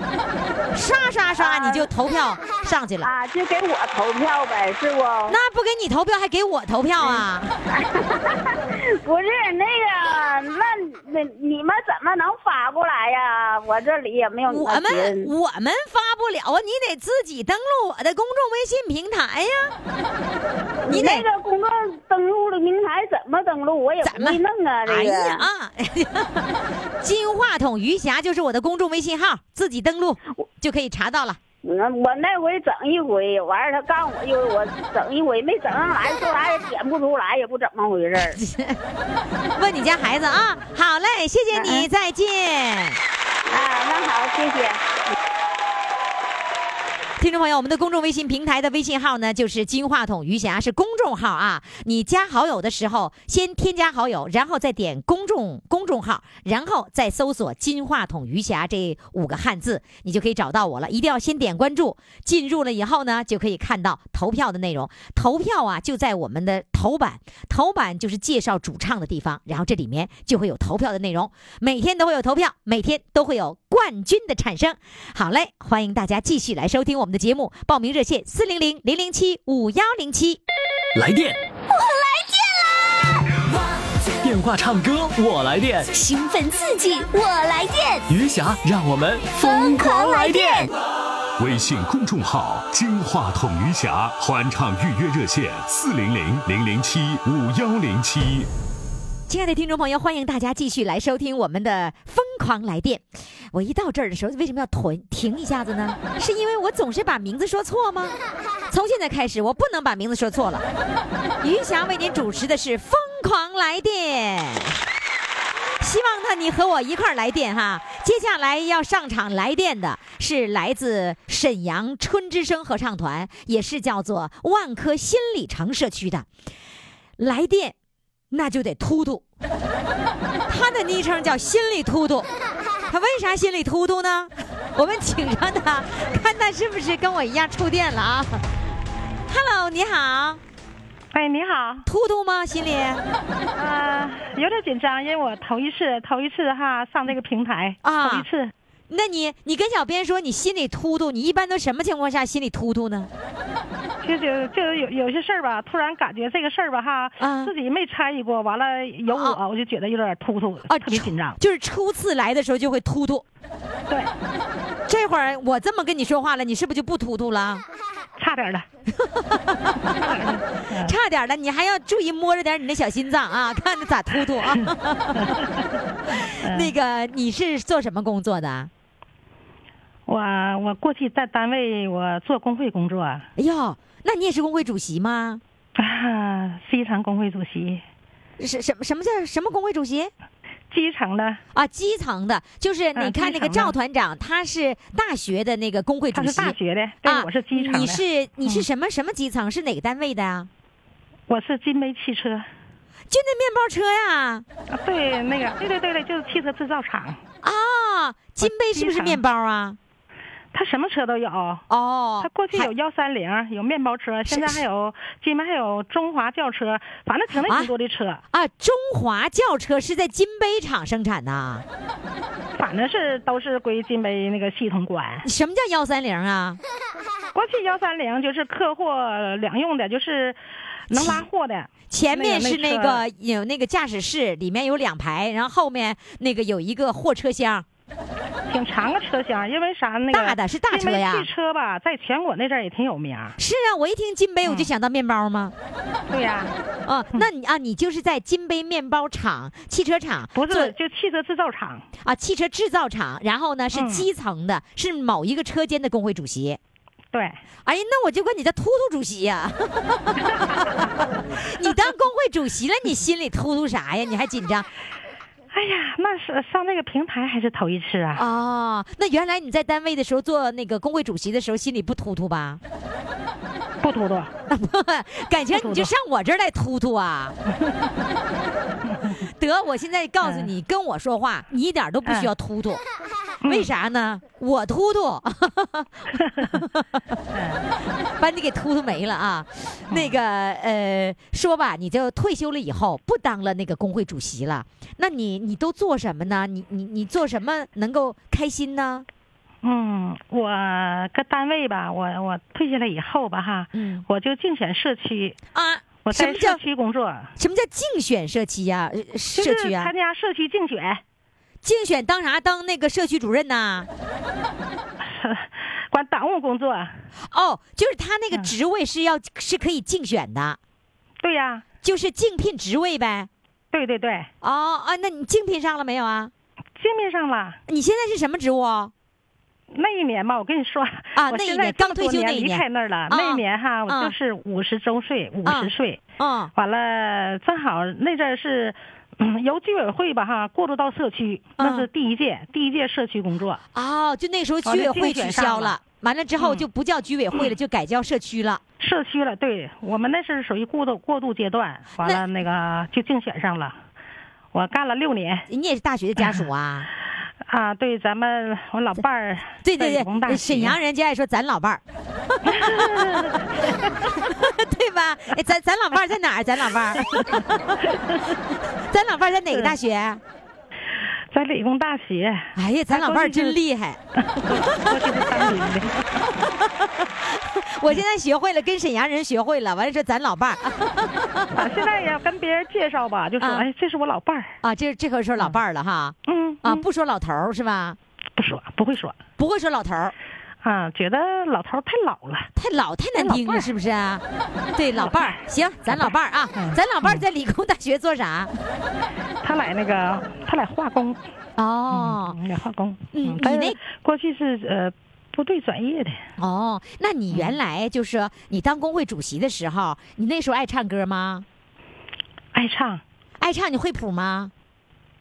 C: 刷刷刷你就投票上去了。
F: 啊，就给我投票呗，是不？
C: 那不给你投票还给我投票啊？
F: 不是那个，那那你们怎么能发过来呀？我这里也没有你
C: 我
F: 的
C: 们
F: 群。
C: 我们发不不了啊，你得自己登录我的公众微信平台呀。 你
F: 那
C: 得
F: 个公众登录的平台怎么登录？我也
C: 怎
F: 不
C: 么
F: 会弄啊，这个。
C: 哎呀，金话筒余霞就是我的公众微信号，自己登录就可以查到了。
F: 那嗯我那回整一回，完了他告我一回，我整一回没整上来，后来也点不出来，也不怎么回事儿。
C: 问你家孩子啊，好嘞，谢谢
F: 嗯
C: 你，再见。
F: 啊，
C: 哎
F: 那好，谢谢。
C: 听众朋友，我们的公众微信平台的微信号呢，就是金话筒余霞，是公众号啊。你加好友的时候，先添加好友，然后再点公众公众号，然后再搜索“金话筒余霞”这五个汉字，你就可以找到我了。一定要先点关注，进入了以后呢，就可以看到投票的内容。投票啊，就在我们的头版，头版就是介绍主唱的地方，然后这里面就会有投票的内容。每天都会有投票，每天都会有冠军的产生。好嘞，欢迎大家继续来收听我们的节目，报名热线四零零零零七五幺零七。
A: 来电，我来电啦！电话唱歌，我来电。
G: 兴奋刺激，我来电，
A: 余霞，让我们
G: 疯狂来电！
H: 微信公众号“金话筒余霞”欢唱预约热线：四零零零零七五幺零七。
C: 亲爱的听众朋友，欢迎大家继续来收听我们的《疯狂来电》。我一到这儿的时候，为什么要停停一下子呢？是因为我总是把名字说错吗？从现在开始，我不能把名字说错了。余霞为您主持的是《疯狂来电》。希望呢，你和我一块儿来电哈。接下来要上场来电的是来自沈阳春之声合唱团，也是叫做万科新里程社区的。来电，那就得突突。他的昵称叫“心里突突”，他为啥心里突突呢？我们请上他，看他是不是跟我一样触电了啊？Hello，你好，
I: 哎，你好，
E: 啊
C: 突突吗？心里？
I: 呃，有点紧张，因为我头一次，头一次哈上这个平台，
C: 啊
I: 头一次，
C: 那你你跟小编说你心里突突，你一般都什么情况下心里突突呢？
I: 就就就有有些事儿吧，突然感觉这个事儿吧哈，
C: 啊
I: 自己没参与过，完了有我，
C: 啊
I: 我就觉得有点突突，
C: 啊
I: 特别紧张。
C: 就是初次来的时候就会突突。
I: 对，
C: 这会儿我这么跟你说话了，你是不是就不突突了？
I: 差点儿了。
C: 差点了，你还要注意摸着点你那小心 脏啊，看着咋突突啊。
I: 嗯
C: 那个你是做什么工作的啊？
I: 我我过去在单位我做工会工作，啊，
C: 哎呦，那你也是工会主席吗？
I: 基层工会主席，
C: 是什么什么叫什么工会主席
I: 基层的，
C: 啊？基层的，就是你看那个
I: 嗯基层的
C: 赵团长，他是大学的那个工会主
I: 他
C: 席
I: 是大学的，对，
C: 啊
I: 我是基层的，嗯
C: 你是你是什么什么基层？是哪个单位的啊？
I: 我是金杯汽车，
C: 就那面包车呀、
I: 啊对，那个，对对对对，就是汽车制造厂，
C: 啊？金杯是不是
I: 基层
C: 面包啊？
I: 他什么车都有。
C: 哦，
I: 他过去
C: 还
I: 有幺三零，有面包车，现在还有，今边还有中华轿车，反正挺那
C: 啊
I: 挺多的车，
C: 啊，中华轿车是在金杯厂生产的。
I: 反正是都是归金杯那个系统管。
C: 什么叫幺三零啊？
I: 过去幺三零就是客货两用的，就是能拉货的，
C: 前面是那
I: 那个
C: 个有那个驾驶室，里面有两排，然后后面那个有一个货车厢。
I: 挺长个车厢，因为啥那个
C: 大的是大车呀
I: 金杯汽车吧，在全国那阵儿也挺有名儿。
C: 是啊，我一听金杯我就想到面包吗？
I: 嗯对呀、
C: 啊，那你啊，你就是在金杯面包厂、汽车厂
I: 不
C: 做
I: 是就汽车制造厂，
C: 啊，汽车制造厂，然后呢是
I: 嗯
C: 基层的，是某一个车间的工会主席。
I: 对，
C: 哎呀，那我就管你叫突突主席呀、你当工会主席了，你心里突突啥呀？你还紧张
I: 哎呀，那是上那个平台还是头一次啊，
C: 哦？那原来你在单位的时候做那个工会主席的时候，心里不突突吧？
I: 不多多，
C: 感情你就上我这儿来突突啊？得，我现在告诉你，跟我说话你一点都不需要突突，为啥呢？我突突， 把你给突突没了啊！ 那个呃，说吧，你就退休了以后不当了那个工会主席了，那你你都做什么呢？你你你做什么能够开心呢？
I: 嗯，我搁单位吧，我我退下来以后吧哈，
C: 嗯
I: 我就竞选社区，
C: 啊，
I: 我
C: 什
I: 在
C: 么
I: 社
C: 叫
I: 区工作，
C: 什么叫竞选社区呀、呃
I: 就
C: 社
I: 是
C: 区啊？
I: 参加社区竞选，
C: 竞选当啥？当那个社区主任呐？
I: 管党务工作。嗯
C: 哦，就是他那个职位是要是可以竞选的，
I: 对呀、
C: 就是竞聘职位呗。
I: 对对对，
C: 哦啊，那你竞聘上了没有啊？
I: 见面上了。
C: 你现在是什么职务？哦
I: 那一年吧，我跟你说
C: 啊
I: 我
C: 那一
I: 现在
C: 年
I: 这
C: 刚
I: 么
C: 退
I: 多
C: 休那一
I: 离
C: 年
I: 开那儿了。那
C: 啊
I: 一年哈，我
C: 啊
I: 就是五十周岁，五
C: 啊
I: 十岁，
C: 嗯，
I: 完了正好那阵儿是。 嗯由居委会吧哈过渡到社区，
C: 啊
I: 那是第一届，第一届社区工作。
C: 哦，就那时候居
I: 完了
C: 委会
I: 竞选
C: 取
I: 上
C: 消
I: 了嗯
C: 了，完了之后就不叫居委会了，就改叫社区了。
I: 社区了，对我们那是属于过渡过渡阶段，完了那个就竞选上了，我干了六年
C: 你也是大学的家属啊？
I: 啊，对咱们我老伴儿
C: 对对
I: 在理工大
C: 对，
I: 学
C: 沈阳人就爱说咱 老伴儿，对吧？哎，咱咱老伴儿在哪儿？咱 老伴儿，咱老伴儿在哪个大学？
I: 在理工大学，
C: 哎呀，咱老伴儿真厉害！
I: 哎我就是当兵 的，
C: 我现在学会了，跟沈阳人学会了，完了说咱老伴儿
I: 啊，现在也要跟别人介绍吧，就说、
C: 啊
I: 哎，这是我老伴儿，
C: 啊，这这回说老伴儿了哈
I: 嗯
C: 啊，
I: 嗯
C: 不说老头儿是吧？
I: 不说不会说
C: 不会说老头儿，
I: 啊，觉得老头儿太老了，
C: 太老太难听了，是不是啊？对，老伴儿，行，咱老伴儿啊，
I: 嗯
C: 咱老伴儿在理工大学做啥？
I: 他来那个他来化工，
C: 哦
I: 嗯，来化工，
C: 嗯你
I: 但
C: 那
I: 是过去是呃部队转业的，
C: 哦，那你
I: 嗯
C: 原来就是你当工会主席的时候，你那时候爱唱歌吗？
I: 爱唱，
C: 爱唱，你会谱吗？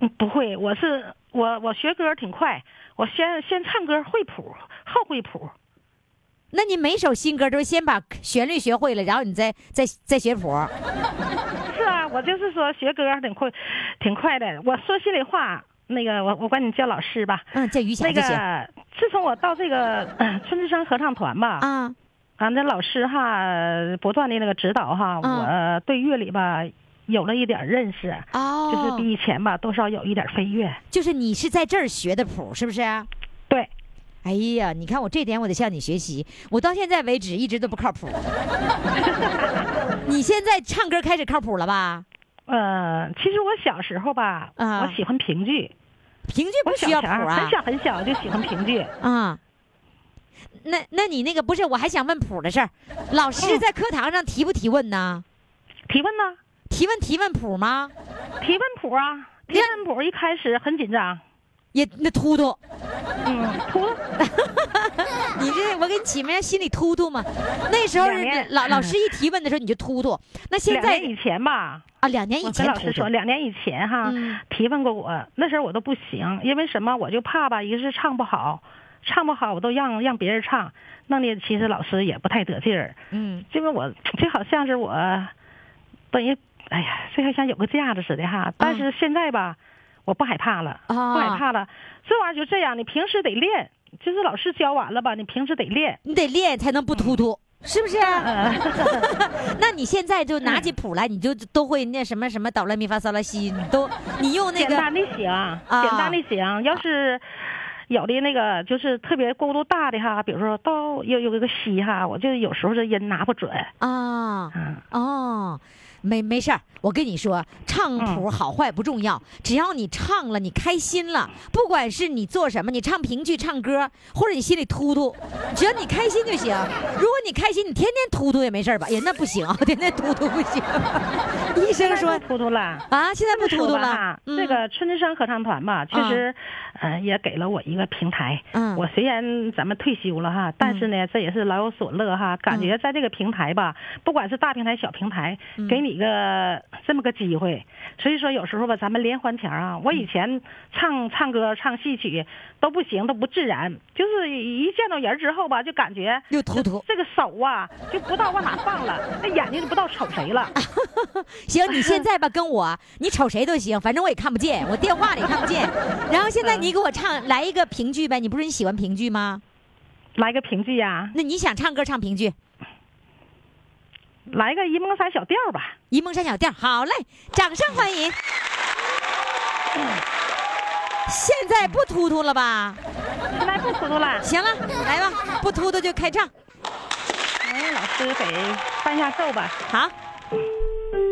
I: 嗯，不会，我是我我学歌挺快，我先先唱歌会谱，后会谱。
C: 那你每首新歌都是先把旋律学会了，然后你再再再学谱。
I: 是啊，我就是说学歌挺快，挺快的。我说心里话，那个我我管你叫老师吧。
C: 嗯，叫于霞
I: 那
C: 就行、
I: 个，自从我到这个、 呃春之声合唱团吧，
C: 啊。
I: 啊，那老师哈不断的那个指导哈，
C: 嗯
I: 我对乐理吧有了一点认识，
C: 哦，
I: 就是比以前吧多少有一点飞跃。
C: 就是你是在这儿学的谱，是不是？
I: 对，
C: 哎呀，你看我这点我得向你学习，我到现在为止一直都不靠谱。 你现在唱歌开始靠谱了吧？
I: 呃，其实我小时候吧，
C: 啊
I: 我喜欢评剧，
C: 评剧
I: 我
C: 不
I: 小
C: 需要谱
I: 时候
C: 啊
I: 很小很小就喜欢评剧。
C: 啊。那那你那个不是？我还想问谱 的事儿，老
I: 嗯
C: 师在课堂上提不提问呢？
I: 提问呢？
C: 提问提问谱吗？
I: 提问谱啊，提问谱一开始很紧张，
C: 也那突突，
I: 嗯，突
C: 你这我给你起名心里突突嘛。那时候
I: 两年
C: 老老师一提问的时候你就突突，那现
I: 两
C: 在
I: 年以前吧，
C: 啊两年以
I: 我跟
C: 前
I: 老
C: 突
I: 师
C: 突
I: 说，两年以前哈、
C: 嗯
I: 提问过我，那时候我都不行，因为什么？我就怕吧，一个是唱不好，唱不好我都让让别人唱，弄得其实老师也不太得劲儿，
C: 嗯
I: 因为我这好像是我等于哎呀，这好像有个架子似的哈，但是现在吧，我不害怕了，不
C: 啊
I: 害怕了，这玩意儿就这样，你平时得练。就是老师教完了吧，你平时得练。
C: 你得练才能不突突，
I: 嗯
C: 是不是？啊 那你现在就
I: 嗯
C: 拿起谱来，你就都会那什么什么哆来咪发嗦拉西，你都你用那
I: 简
C: 个啊
I: 单的行，简单的行。要是有的那个就是特别过度大的哈，比如说到有有一个西哈，我就有时候这音拿不准。
C: 啊
I: 嗯
C: 哦，没没事儿，我跟你说，唱谱好坏不重要，只要你唱了，你开心了，不管是你做什么，你唱评剧、唱歌，或者你心里突突，只要你开心就行。如果你开心，你天天突突也没事儿吧？也那不行啊， 天天突突不行。 医生说
I: 突突了。
C: 啊，现在不突突
I: 说吧
C: 了
I: 哈，
C: 嗯
I: 这个春之声合唱团吧，确实，呃，也给了我一个平台。
C: 嗯
I: 我虽然咱们退休了哈，但是呢，这也是老有所乐
C: 嗯
I: 哈。感觉在这个平台吧，不管是大平台、小平台，
C: 嗯
I: 给你一个这么个机会。所以说，有时候吧，咱们连环钱儿
C: 嗯
I: 啊，我以前唱唱歌、唱戏曲都不行，都不自然，就是一见到人之后吧，就感觉
C: 又突突。
I: 这个手啊，就不知道往哪放了，那眼睛就不知道瞅谁了。
C: 啊行，你现在吧跟我，你瞅谁都行，反正我也看不见，我电话里看不 见。然后现在你给我唱来一个评剧呗，你不是你喜欢评剧吗？
I: 来个评剧啊呀、
C: 那你想唱歌唱评剧，《
I: 来个沂蒙山小调吧。
C: 沂蒙山小调》。好嘞，掌声欢迎。现在不突突了吧？
I: 现在不糊涂了，
C: 行了，来吧，不突突就开唱。
I: 哎，老师给伴一下奏吧。
C: 好，
I: 这哎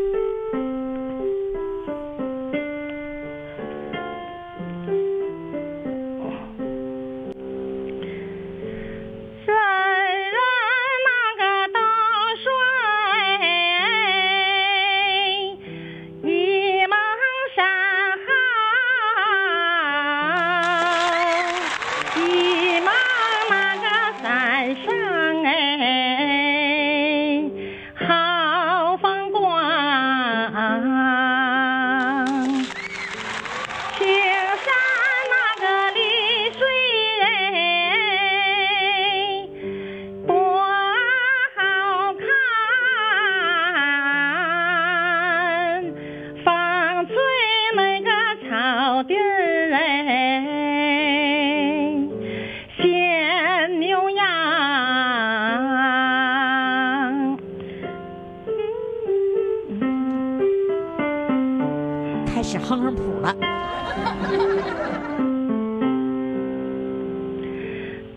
C: 始哼哼谱了。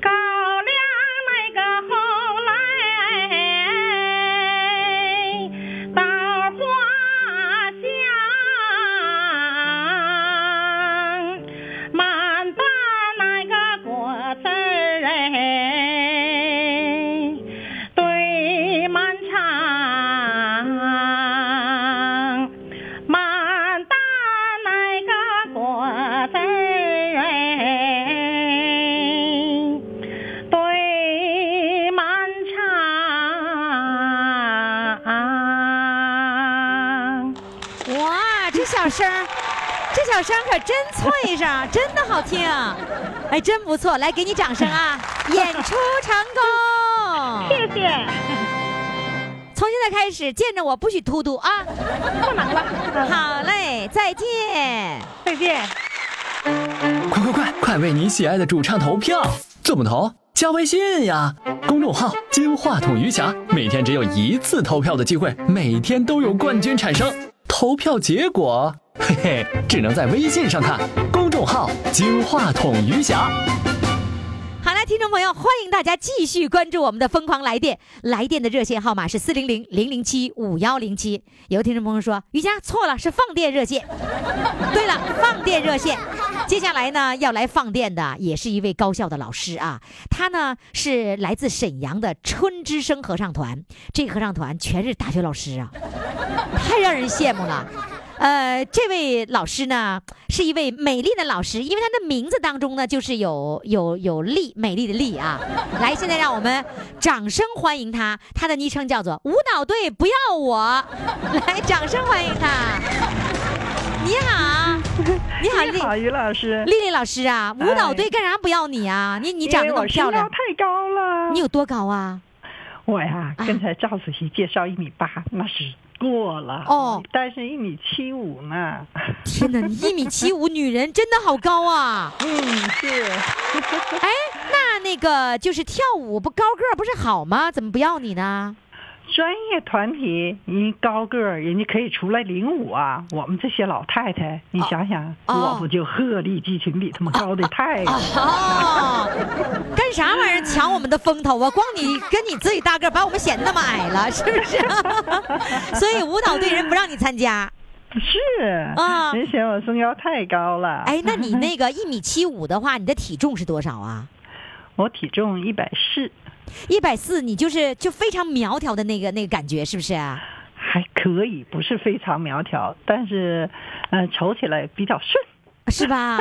E: 高粱那个后来到花香，满把那个果子儿哎堆满场，满大那个果子儿哎。堆满场。
C: 哇，这小声儿，这小声儿可真脆声，真的好听，哎，真不错，来给你掌声 啊！演出成功，
E: 谢谢，
C: 从现在开始见着我不许突突啊！
E: 不能了，
C: 好嘞，再见。
E: 再见。
A: 快快快，快为你喜爱的主唱投票！怎么投？加微信呀，公众号“金话筒余霞”，每天只有一次投票的机会，每天都有冠军产生。投票结果，嘿嘿，只能在微信上看。公众号“金话筒余霞”。
C: 好了，听众朋友，欢迎大家继续关注我们的《疯狂来电》，来电的热线号码是四零零零零七五幺零七。有听众朋友说，瑜伽错了，是放电热线。 对了，放电热线。接下来呢，要来放电的也是一位高校的老师啊，他呢是来自沈阳的春之声合唱团，这个合唱团全是大学老师啊，太让人羡慕了。呃，这位老师呢，是一位美丽的老师，因为她的名字当中呢，就是有有有丽，美丽的丽啊。来，现在让我们掌声欢迎她，她的昵称叫做“舞蹈队不要我”，来，掌声欢迎她。你好，你好，
J: 哎你好，
C: 丽
J: 于老师，
C: 丽丽老师啊，舞蹈队干啥不要你啊？你你
J: 因
C: 长得
J: 为
C: 那么
J: 哎我身
C: 漂
J: 高
C: 亮，
J: 太高了。
C: 你有多高啊？
J: 我呀，
C: 啊
J: 刚才赵主席介绍一米八，那是过了
C: 哦
J: 但是一米七五呢。
C: 天哪，你一米七五，女人真的好高啊！
J: 嗯，是
C: 哎，那那个就是跳舞不高个儿不是好吗？怎么不要你呢？
J: 专业团体，你高个儿，人家可以出来领舞啊。我们这些老太太，你想想，
C: 哦
J: 我不就鹤立鸡群，比他们高的太高了。
C: 哦，干啥玩意儿抢我们的风头啊？光你跟你自己大个儿，把我们显得那么矮了，是不是？ 所以舞蹈队人不让你参加。
J: 是
C: 啊
J: 人嫌我身高太高了。
C: 哎，那你那个一米七五的话，你的体重是多少啊？
J: 我体重一百四，
C: 一百四，你就是就非常苗条的那个那个感觉，是不是啊？
J: 还可以，不是非常苗条，但是，呃，瞅起来比较顺。
C: 是吧？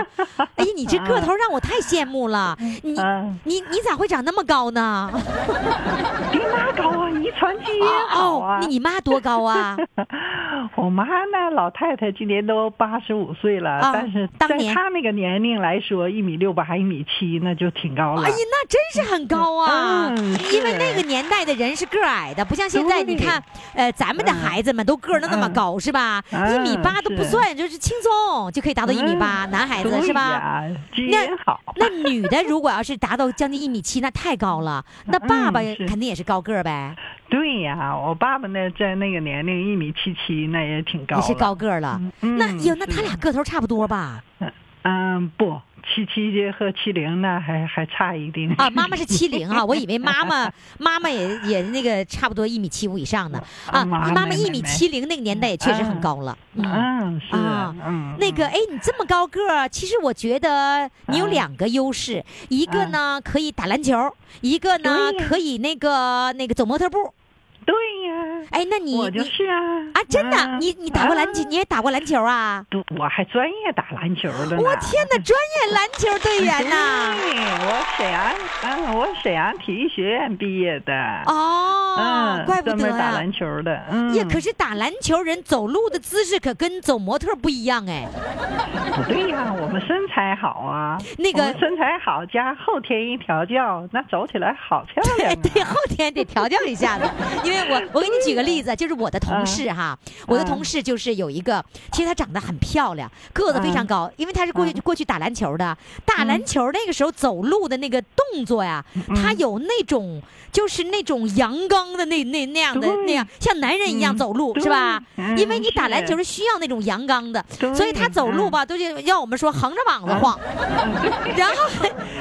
C: 哎呀，你这个头让我太羡慕了。你
J: 嗯
C: 你你咋会长那么高 呢？哦
J: 比妈高啊，遗传基因好
C: 哦
J: 啊。，
C: 那你妈多高 啊？
J: 我妈呢，老太太今年都八十五岁了，
C: 啊
J: 但是
C: 当
J: 在
C: 年
J: 她那个年龄来说，一米六八、一米七那就挺高了。
C: 哎呀，那真是很高啊！
J: 嗯
C: 因为那个年代的人是个儿矮的，不像现在，
J: 对
C: 你看，呃，咱们的孩子们都个儿都那么高，是吧？
J: 嗯
C: 一米八都不
J: 是
C: 算，就是轻松就可以达到一米八，男孩子是吧？
J: 对呀？基
C: 那
J: 因好。
C: 那女的如果要是达到将近一米七，那太高 了。那爸爸
J: 嗯是
C: 肯定也是高个儿呗，
J: 对呀，我爸爸呢，在那个年龄一米七七，那也挺高
C: 也
J: 了。
C: 是高个儿了。
J: 嗯
C: 那哟，那
J: 是
C: 他俩个头差不多吧？
J: 嗯，不，七七和七零呢，还还差一定
C: 啊，妈妈是七零 啊，我以为妈妈妈妈也也那个差不多一米七五以上 呢啊，
J: 啊妈
C: 你妈妈
J: 没
C: 一
J: 没
C: 米
J: 没
C: 七零那个年代也确实很
J: 嗯
C: 高了。嗯，
J: 嗯，是
C: 啊
J: 嗯，
C: 那个哎，你这么高个儿，其实我觉得你有
J: 嗯
C: 两个优势，一个呢可以打篮球，一个呢
J: 对呀
C: 可以那个那个走模特步。
J: 对呀，
C: 哎，那你
J: 我就
C: 你
J: 是啊
C: 啊，真的，
J: 嗯
C: 你你打过篮球，
J: 啊
C: 你也打过篮球啊？
J: 都我还专业打篮球的呢。
C: 我天哪，专业篮球队员呐！
J: 对，我沈阳，嗯，我沈阳体育学院毕业的。
C: 哦
J: 嗯，，
C: 怪不
J: 专
C: 得啊
J: 门打
C: 呀。
J: 篮球的，嗯，
C: 呀，可是打篮球人走路的姿势可跟走模特不一样哎。
J: 不对呀、我们身材好啊，
C: 那个
J: 我们身材好加后天一调教，那走起来好漂亮、
C: 哎，
J: 啊。
C: 对，后天得调教一下子，因为我我给你举个例子，就是我的同
J: 嗯
C: 事哈，我的同事就是有一个，其实她长得很漂亮，
J: 嗯
C: 个子非常高，因为她是过去过去打篮球的，打篮球那个时候走路的那个动动作呀，
J: 嗯
C: 他有那种就是那种阳刚的那那那样的
J: 对
C: 那样，像男人一样
J: 嗯
C: 走路、
J: 对
C: 是吧？
J: 嗯
C: 因为你打
J: 是
C: 篮球是需要那种阳刚的，
J: 对嗯
C: 所以他走路吧，都是要我们说横着膀子晃。然后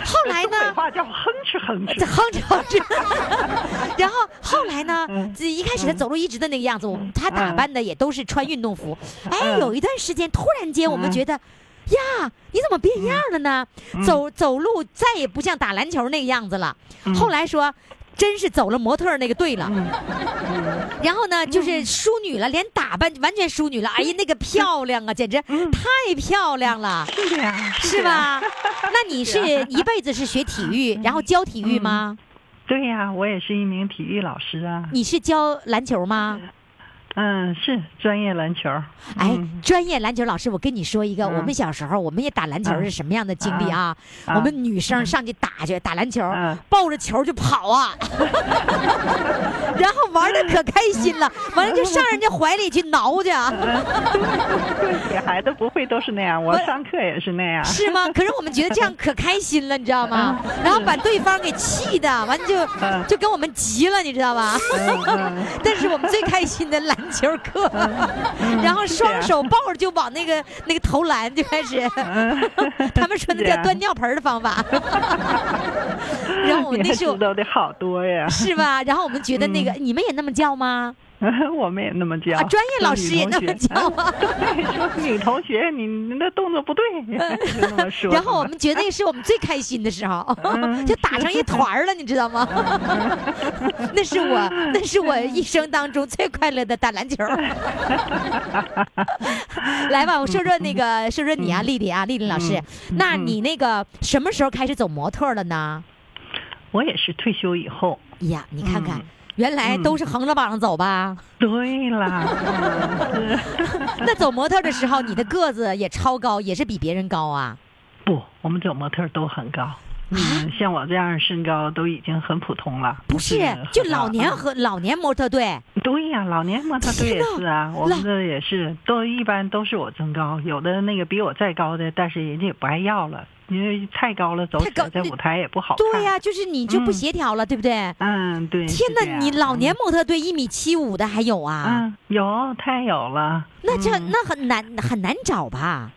C: 后来
J: 北
C: 呢，
J: 话叫哼哧哼哧。
C: 横着横着， 然后后来呢
J: 嗯，
C: 这一开始他走路一直的那个样子，我们他打扮的也都是穿运动服。哎，
J: 嗯
C: 有一段时间，突然间我们
J: 嗯
C: 觉得，呀，你怎么变样了呢？走走路再也不像打篮球那个样子了。
J: 嗯
C: 后来说。真是走了模特儿那个队了，然后呢，就是
J: 嗯
C: 淑女了，连打扮完全淑女了。哎呀，那个漂亮啊，简直太漂亮了。
J: 嗯是啊这样，
C: 是吧？那你是一辈子是学体
J: 嗯
C: 育，然后教体育吗？
J: 对呀、我也是一名体育老师 啊。
C: 你是教篮球吗？
J: 嗯，是专业篮球。
C: 哎
J: 嗯，
C: 专业篮球老师，我跟你说一个，
J: 嗯
C: 我们小时候我们也打篮球是什么样的经历啊？
J: 嗯
C: 我们女生上去打去打篮球
J: 嗯，
C: 抱着球就跑 啊，然后玩的可开心 了，完了就上人家怀里去挠去啊，
J: 对，孩子不会都是那样，我上课也是那样。
C: 是吗？可是我们觉得这样可开心了，你知道
J: 啊
C: 吗？然后把对方给气的，完就
J: 嗯
C: 就跟我们急了，你知道吧？
J: 嗯
C: 但是我们最开心的篮球课，
J: 啊
C: 然后
J: 是这
C: 双
J: 样
C: 手抱着就往那个那个投篮就 开始，他们说
J: 是
C: 那
J: 这
C: 叫
J: 样
C: 端尿盆儿的 方法。然后我
J: 你
C: 哦那
J: 还
C: 时候
J: 知道的嗯好多呀，
C: 是吧？然后我们觉得那个你们也那么叫吗？
J: 我们也那么教。
C: 啊，专业老师也那么
J: 说
C: 叫吗？
J: 女同学。说女同学，你你那动作不对， 就那么嗯说。
C: 然后我们觉得那是我们最开心 的时候， 就打成一团儿了，你知道吗？那是我，那是我一生当中最快乐的打篮球。 来吧，我说说那个，说说你
J: 嗯
C: 啊，丽丽啊，丽丽老师，那你那个什么时候开始走模特了呢？哎
J: 我也是退休以后。
C: 呀，你看看
J: 嗯。
C: 原来都是横着膀子走吧？
J: 对啦， 嗯
C: 那走模特的时候，你的个子也超高，也是比别人高啊。
J: 不，我们走模特都很高。嗯，像我这样身高都已经很普通了。
C: 不是
J: 很嗯高，
C: 就老 年和老年模特队，
J: 对呀、老年模特队
C: 天
J: 也
C: 呐
J: 是啊，我们这也是都一般都是我增高，有的那个比我再高的，但是人家也不爱要了，因为太高了走
C: 太
J: 起
C: 高
J: 来在
C: 那
J: 舞台也不好看。
C: 对呀、就是你就
J: 嗯
C: 不协调了，对不对？
J: 嗯，对。
C: 天
J: 是这
C: 哪，
J: 样
C: 你老年模特队一米七五的还有啊？
J: 嗯有太有了，
C: 那这
J: 嗯
C: 那很难很难找吧？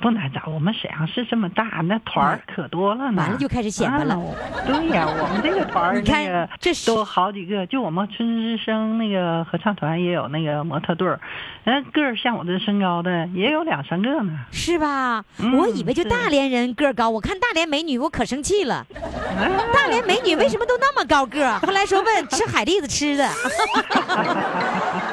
J: 不难找。我们沈阳市这么大，那团儿可多了呢。
C: 完了又开始显摆了
J: 啊对呀、我们这个团儿
C: 你看
J: 那个
C: 这是
J: 都好几个，就我们春日之声那个合唱团也有那个模特队儿，那个儿像我这身高的也有两三个呢。
C: 是吧？
J: 嗯
C: 我以为就大连人个儿高，我看大连美女我可生气了。大连美女为什么都那么高个 儿？后来说问吃海蛎子吃的。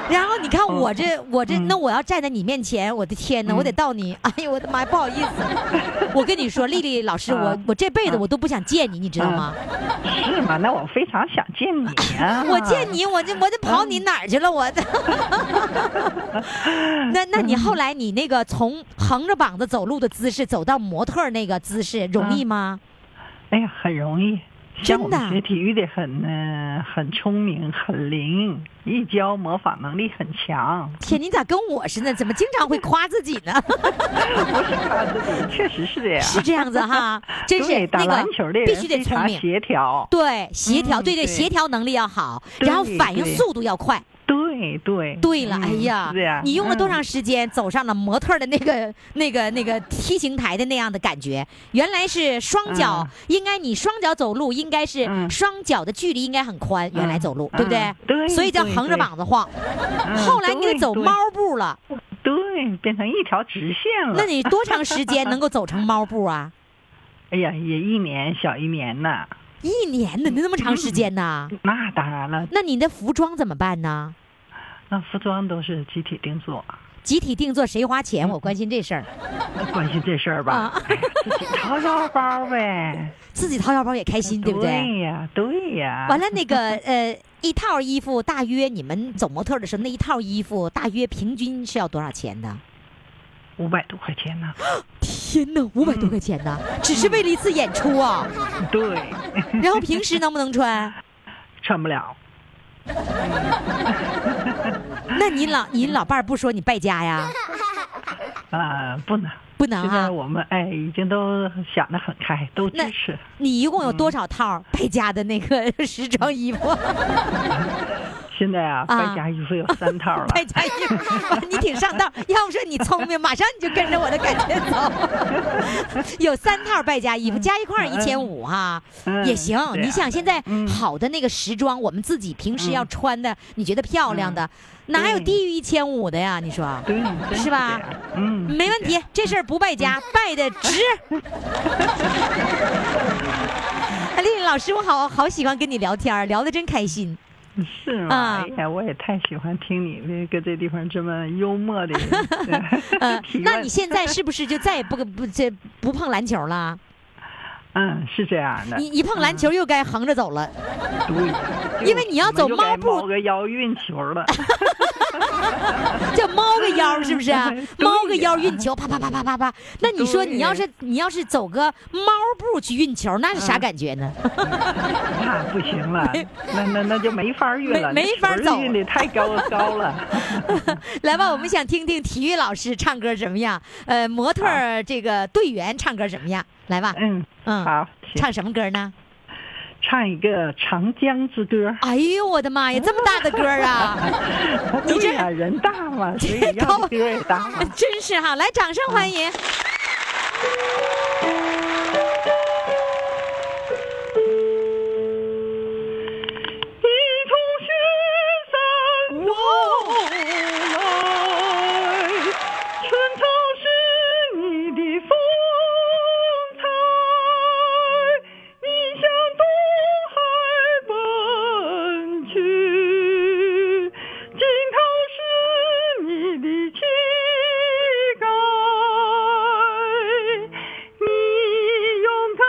C: 然后你看我这
J: 哦
C: 我
J: 嗯
C: 这，那我要站在你面前，我的天哪，我得到你，哎呦我的妈呀，不好意思。 我跟你说，丽丽老师，我
J: 嗯
C: 我这辈子我都不想见你，你知道吗？
J: 是吗？那我非常想见你啊呀、
C: 我见你，我就我就跑你哪儿去了？我 的。那那你后来你那个从横着膀子走路的姿势走到模特儿那个姿势容易吗？
J: 哎呀，很容易。
C: 真
J: 像我
C: 的
J: 们学体育的很呃很聪明，很灵，一教模仿能力很强。
C: 天，你咋跟我似的？怎么经常会夸自己呢？
J: 不是夸自己，确实是这样。
C: 是这样子 哈，真
J: 对
C: 是
J: 打
C: 那
J: 篮
C: 个
J: 球的人
C: 必须得
J: 非
C: 聪
J: 常
C: 明，
J: 协调。
C: 对协调，
J: 嗯
C: 对对，
J: 对
C: 协调能力要好，
J: 对
C: 然后反应
J: 对
C: 速度要快。
J: 对对。
C: 对了，
J: 嗯
C: 哎呀
J: 是这样，
C: 你用了多
J: 嗯
C: 长时间走上了模特的那个、 那个、那个梯形台的那样的感觉？原来是双脚，应该你双脚走路应该是
J: 嗯
C: 双脚的距离应该很宽，原来走路、
J: 嗯
C: 对不对？
J: 对
C: 所以叫
J: 对
C: 横着
J: 对
C: 膀子晃。
J: 嗯
C: 后来你得走猫，步了，
J: 对对对，变成一条直线了。
C: 那你多长时间能够走成猫步 啊？
J: 哎呀，也一年小一年呢。
C: 一年呢，那么长时间呢？
J: 那当然了，
C: 那你的服装怎么办呢？
J: 那服装都是集体定做，啊
C: 集体定做谁花
J: 嗯
C: 钱？我关心这事儿，
J: 关心这事儿吧
C: 啊。
J: 哎呀自己掏腰包呗。
C: 自己掏腰包也开心， 对不对？
J: 呀，对呀。
C: 完了，那个呃，一套衣服大约你们走模特的时候，那一套衣服大约平均是要多少钱呢？
J: 五百多块钱呢。
C: 天哪，五百多块钱呢，嗯只是为了一次演出 啊！
J: 对，
C: 然后平时能不能穿？
J: 穿不了。
C: 那你老你老伴儿不说你败家呀？
J: 啊，不能，
C: 不能
K: 现在
C: 啊。
K: 我们哎已经都想得很开，都支
C: 那
K: 持。
C: 你一共有多少套败家的那个 时装衣服？
K: 现在啊，
C: 啊
K: 败家衣服有三套了。
C: 败家衣服，你挺上道。要不说你聪明，马上你就跟着我的感觉走。 有三套败家衣服，加一块一千五哈，
K: 嗯
C: 也行。
K: 对啊
C: 你想现在
K: 嗯
C: 好的那个时装，我们自己平时要穿的，你觉得漂亮的，哪有
K: 嗯对
C: 低于一千五的呀？你说
K: 对，真
C: 是吧
K: 这样？嗯，
C: 没问题，这事儿不败家，败的值。 哎丽丽老师，我好好喜欢跟你聊天儿，聊得真开心。
K: 是
C: 啊
K: 吗？哎呀，我也太喜欢听你这个这地方这么幽默的
C: 嗯、
K: 提问。
C: 那你现在是不是就再也不不这不碰篮球了？
K: 嗯是这样的，
C: 你 一碰篮
K: 嗯
C: 球又该横着走了。
K: 对，
C: 因为你要走
K: 我们就该
C: 猫步
K: 猫个腰运 球了。
C: 叫猫个腰是不是、
K: ？
C: 啊
K: 对呀
C: 猫个腰运球，啪啪啪啪啪啪。那你说
K: 对
C: 你要是你要是走个猫步去运球，那是
K: 嗯
C: 啥感觉呢？
K: 那不行了，那那那就没法运了，
C: 哎没没法走
K: 运的太高高了。
C: 来吧，我们想听听体育老师唱歌怎么样？呃，模特儿这个队员唱歌怎么样？来吧，
K: 嗯，
C: 嗯，
K: 好，行
C: 唱什么歌呢？
K: 唱一个《长江之歌》。
C: 哎呦我的妈呀，这么大的歌 啊！ 你
K: 对
C: 这
K: 哎呀、人大嘛，所以要
C: 高
K: 的歌也大嘛。
C: 真是哈，来掌声欢迎。
K: 哦一同雪山东来，春潮是你的风采，你向东海奔去，尽头是你的情感，你勇敢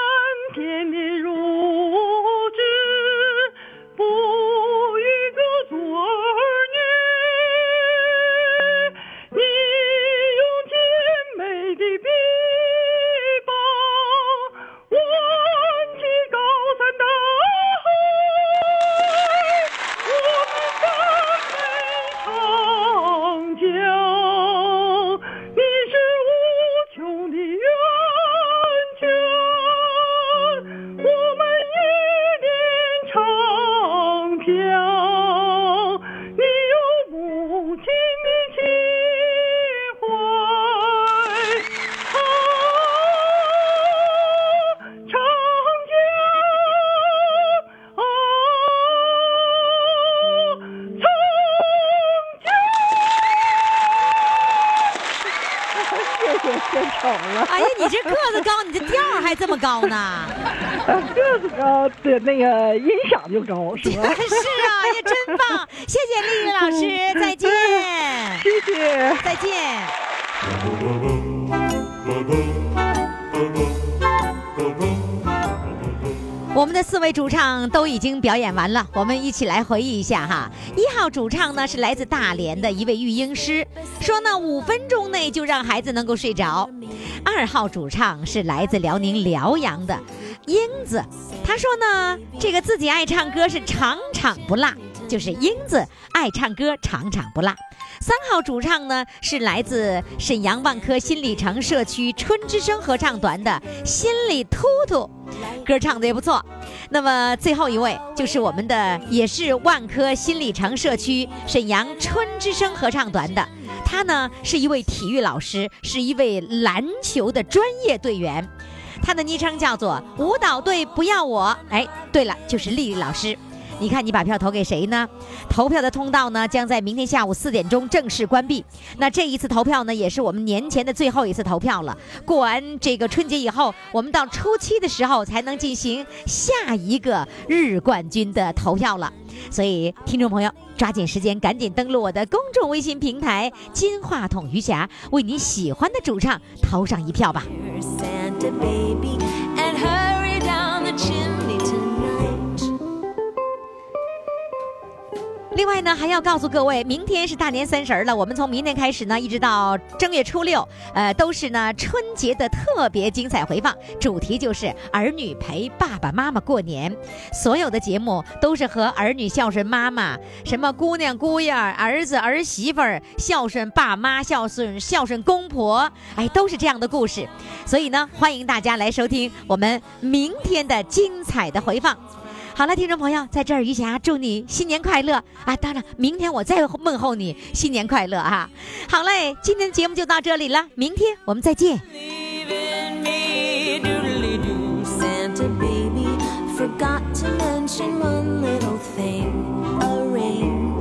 K: 天地如织。不与各族儿女，你用健美的臂膀挽起高山大海，我们赞美长江，你是无穷的源泉，我们一念长飘，你有母亲的情怀。啊，长江啊，长江。谢 谢献丑了。
C: 哎呀，你这个子高，你这调儿还这么高呢？
K: 呃个子高的那个音响就高，是吧？
C: 是啊，也真棒，谢谢丽丽老师，再见，
K: 谢谢。
C: 再见。我们的四位主唱都已经表演完了，我们一起来回忆一下哈。一号主唱呢是来自大连的一位育婴师，说呢五分钟内就让孩子能够睡着。二号主唱是来自辽宁辽阳的英子，她说呢这个自己爱唱歌是场场不落，就是英子爱唱歌场场不落。三号主唱呢是来自沈阳万科新里程社区春之声合唱团的心里突突，歌唱的也不错。那么最后一位就是我们的，也是万科新里程社区沈阳春之声合唱团的，他呢是一位体育老师，是一位篮球的专业队员。他的昵称叫做“舞蹈队不要我”。哎，对了，就是丽丽老师。你看，你把票投给谁呢？投票的通道呢，将在明天下午四点钟正式关闭。那这一次投票呢，也是我们年前的最后一次投票了。过完这个春节以后，我们到初七的时候才能进行下一个日冠军的投票了。所以，听众朋友，抓紧时间，赶紧登录我的公众微信平台“金话筒余霞”，为你喜欢的主唱投上一票吧。
L: Santa baby and hurry down the chimney tonight.
C: 另另外呢，还要告诉各位，明天是大年三十儿了，我们从明天开始呢，一直到正月初六，呃，都是呢春节的特别精彩回放，主题就是儿女陪爸爸妈妈过年。所有的节目都是和儿女孝顺妈妈，什么姑娘姑爷儿、儿子儿媳妇儿孝顺爸妈、孝顺孝顺公婆，哎，都是这样的故事。所以呢，欢迎大家来收听我们明天的精彩的回放。好了，听众朋友，在这儿于霞祝你新年快乐啊！当然，明天我再问候你新年快乐啊！好嘞，今天的节目就到这里了，明天我们再见。
L: Santa baby forgot to mention one little thing a ring.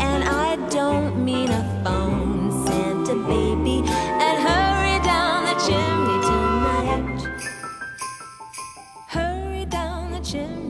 L: And I don't mean a phone, Santa baby. And hurry down the chimney tonight. Hurry down the chimney.